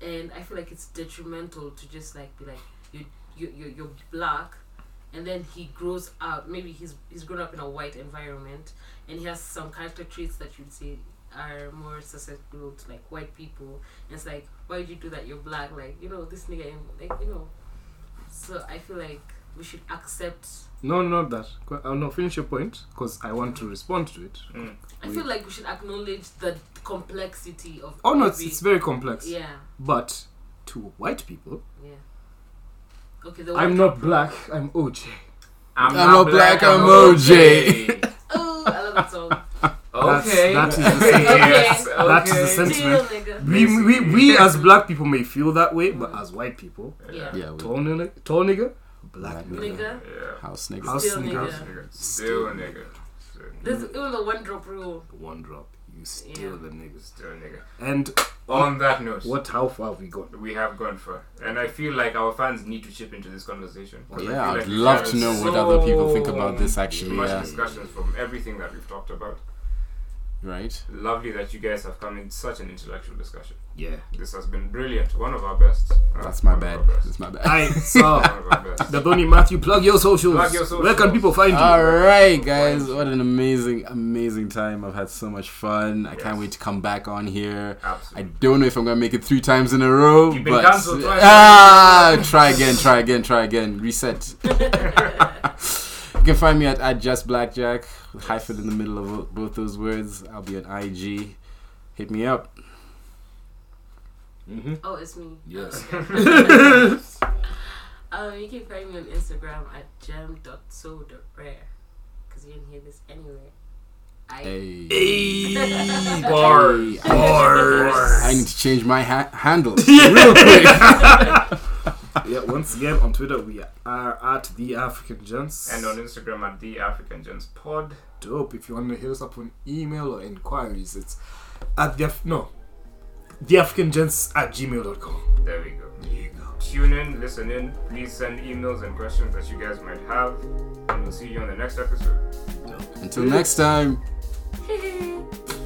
[SPEAKER 2] and i feel like it's detrimental to just like be like you you you you're black and then he grows up maybe he's he's grown up in a white environment and he has some character traits that you'd say are more susceptible to like white people and it's like why would you do that you're black like you know this nigga like you know so I feel like we should accept.
[SPEAKER 1] No, not that. Qu- uh, no, finish your point because I want to respond to it.
[SPEAKER 4] Mm.
[SPEAKER 2] I feel like we should acknowledge the complexity of.
[SPEAKER 1] Oh no, it's,
[SPEAKER 2] every-
[SPEAKER 1] it's very complex.
[SPEAKER 2] yeah,
[SPEAKER 1] But to white people,
[SPEAKER 2] yeah. Okay, the
[SPEAKER 1] I'm
[SPEAKER 2] white-
[SPEAKER 1] not black. I'm OJ.
[SPEAKER 4] I'm,
[SPEAKER 3] not black, I'm OJ.
[SPEAKER 2] Oh, I love that song.
[SPEAKER 4] Okay.
[SPEAKER 1] That's- that is the-
[SPEAKER 4] yes. Okay.
[SPEAKER 1] that is the sense-
[SPEAKER 2] Deal, nigga.
[SPEAKER 1] We, we, we as black people may feel that way, but as white people,
[SPEAKER 2] Yeah.
[SPEAKER 3] Yeah, we
[SPEAKER 1] tall nigga, tall nigga black
[SPEAKER 3] Black
[SPEAKER 1] nigga.
[SPEAKER 2] Nigga,
[SPEAKER 4] Yeah.
[SPEAKER 3] house niggas.
[SPEAKER 1] House
[SPEAKER 2] Still
[SPEAKER 1] nigga.
[SPEAKER 2] nigga.
[SPEAKER 4] Still a nigga. Still a nigga.
[SPEAKER 2] there's even the one drop rule.
[SPEAKER 1] One drop, you steal
[SPEAKER 2] Yeah.
[SPEAKER 1] the niggas.
[SPEAKER 4] Still a nigga.
[SPEAKER 1] And
[SPEAKER 4] On that note,
[SPEAKER 1] what? How far have we gone?
[SPEAKER 4] we have gone for, and I feel like our fans need to chip into this conversation. 'cause I feel
[SPEAKER 3] Yeah,
[SPEAKER 4] like
[SPEAKER 3] I'd
[SPEAKER 4] we've
[SPEAKER 3] love
[SPEAKER 4] had
[SPEAKER 3] to know what other people think
[SPEAKER 4] so
[SPEAKER 3] about this actually.
[SPEAKER 4] Much
[SPEAKER 3] Yeah.
[SPEAKER 4] discussion from everything that we've talked about.
[SPEAKER 3] Right?
[SPEAKER 4] Lovely that you guys have come in such an intellectual discussion.
[SPEAKER 1] Yeah.
[SPEAKER 4] This has been brilliant. One of our best. Uh,
[SPEAKER 3] That's my
[SPEAKER 4] one of
[SPEAKER 3] bad.
[SPEAKER 4] our best. Oh,
[SPEAKER 3] That's my bad.
[SPEAKER 1] Hi. So,
[SPEAKER 4] One of our best.
[SPEAKER 1] Dadoni Matthew, plug your socials.
[SPEAKER 4] Plug your
[SPEAKER 1] Where can
[SPEAKER 4] socials.
[SPEAKER 1] people find you?
[SPEAKER 3] All right, guys. What an amazing, amazing time. I've had so much fun. I can't
[SPEAKER 4] Yes.
[SPEAKER 3] wait to come back on here. I
[SPEAKER 4] Absolutely.
[SPEAKER 3] don't know if I'm gonna make it three times in a row,
[SPEAKER 4] You've been
[SPEAKER 3] but
[SPEAKER 4] cancelled twice.
[SPEAKER 3] ah, try again, try again, try again. Reset. you can find me at, at just blackjack with hyphen in the middle of both those words. I'll be on IG. Hit me up.
[SPEAKER 1] Mm-hmm.
[SPEAKER 2] Oh, it's me.
[SPEAKER 1] Yes.
[SPEAKER 2] Um, you can find me on Instagram at gem.so.rare. Because you didn't hear this anywhere. I.
[SPEAKER 3] Hey.
[SPEAKER 1] Hey.
[SPEAKER 4] Bars.
[SPEAKER 3] Hey, I-
[SPEAKER 1] Bars.
[SPEAKER 3] I need to change my ha- handle.
[SPEAKER 1] yeah, once again on Twitter we are at the African Gents.
[SPEAKER 4] And on Instagram at the African Gents Pod.
[SPEAKER 1] dope. If you want to hit us up on email or inquiries, it's at the Af- no theafricangents at gmail.com.
[SPEAKER 4] There we go.
[SPEAKER 1] There you go.
[SPEAKER 4] Tune in, listen in. Please send emails and questions that you guys might have, and we'll see you on the next episode.
[SPEAKER 3] Until next time.
[SPEAKER 2] Hehe.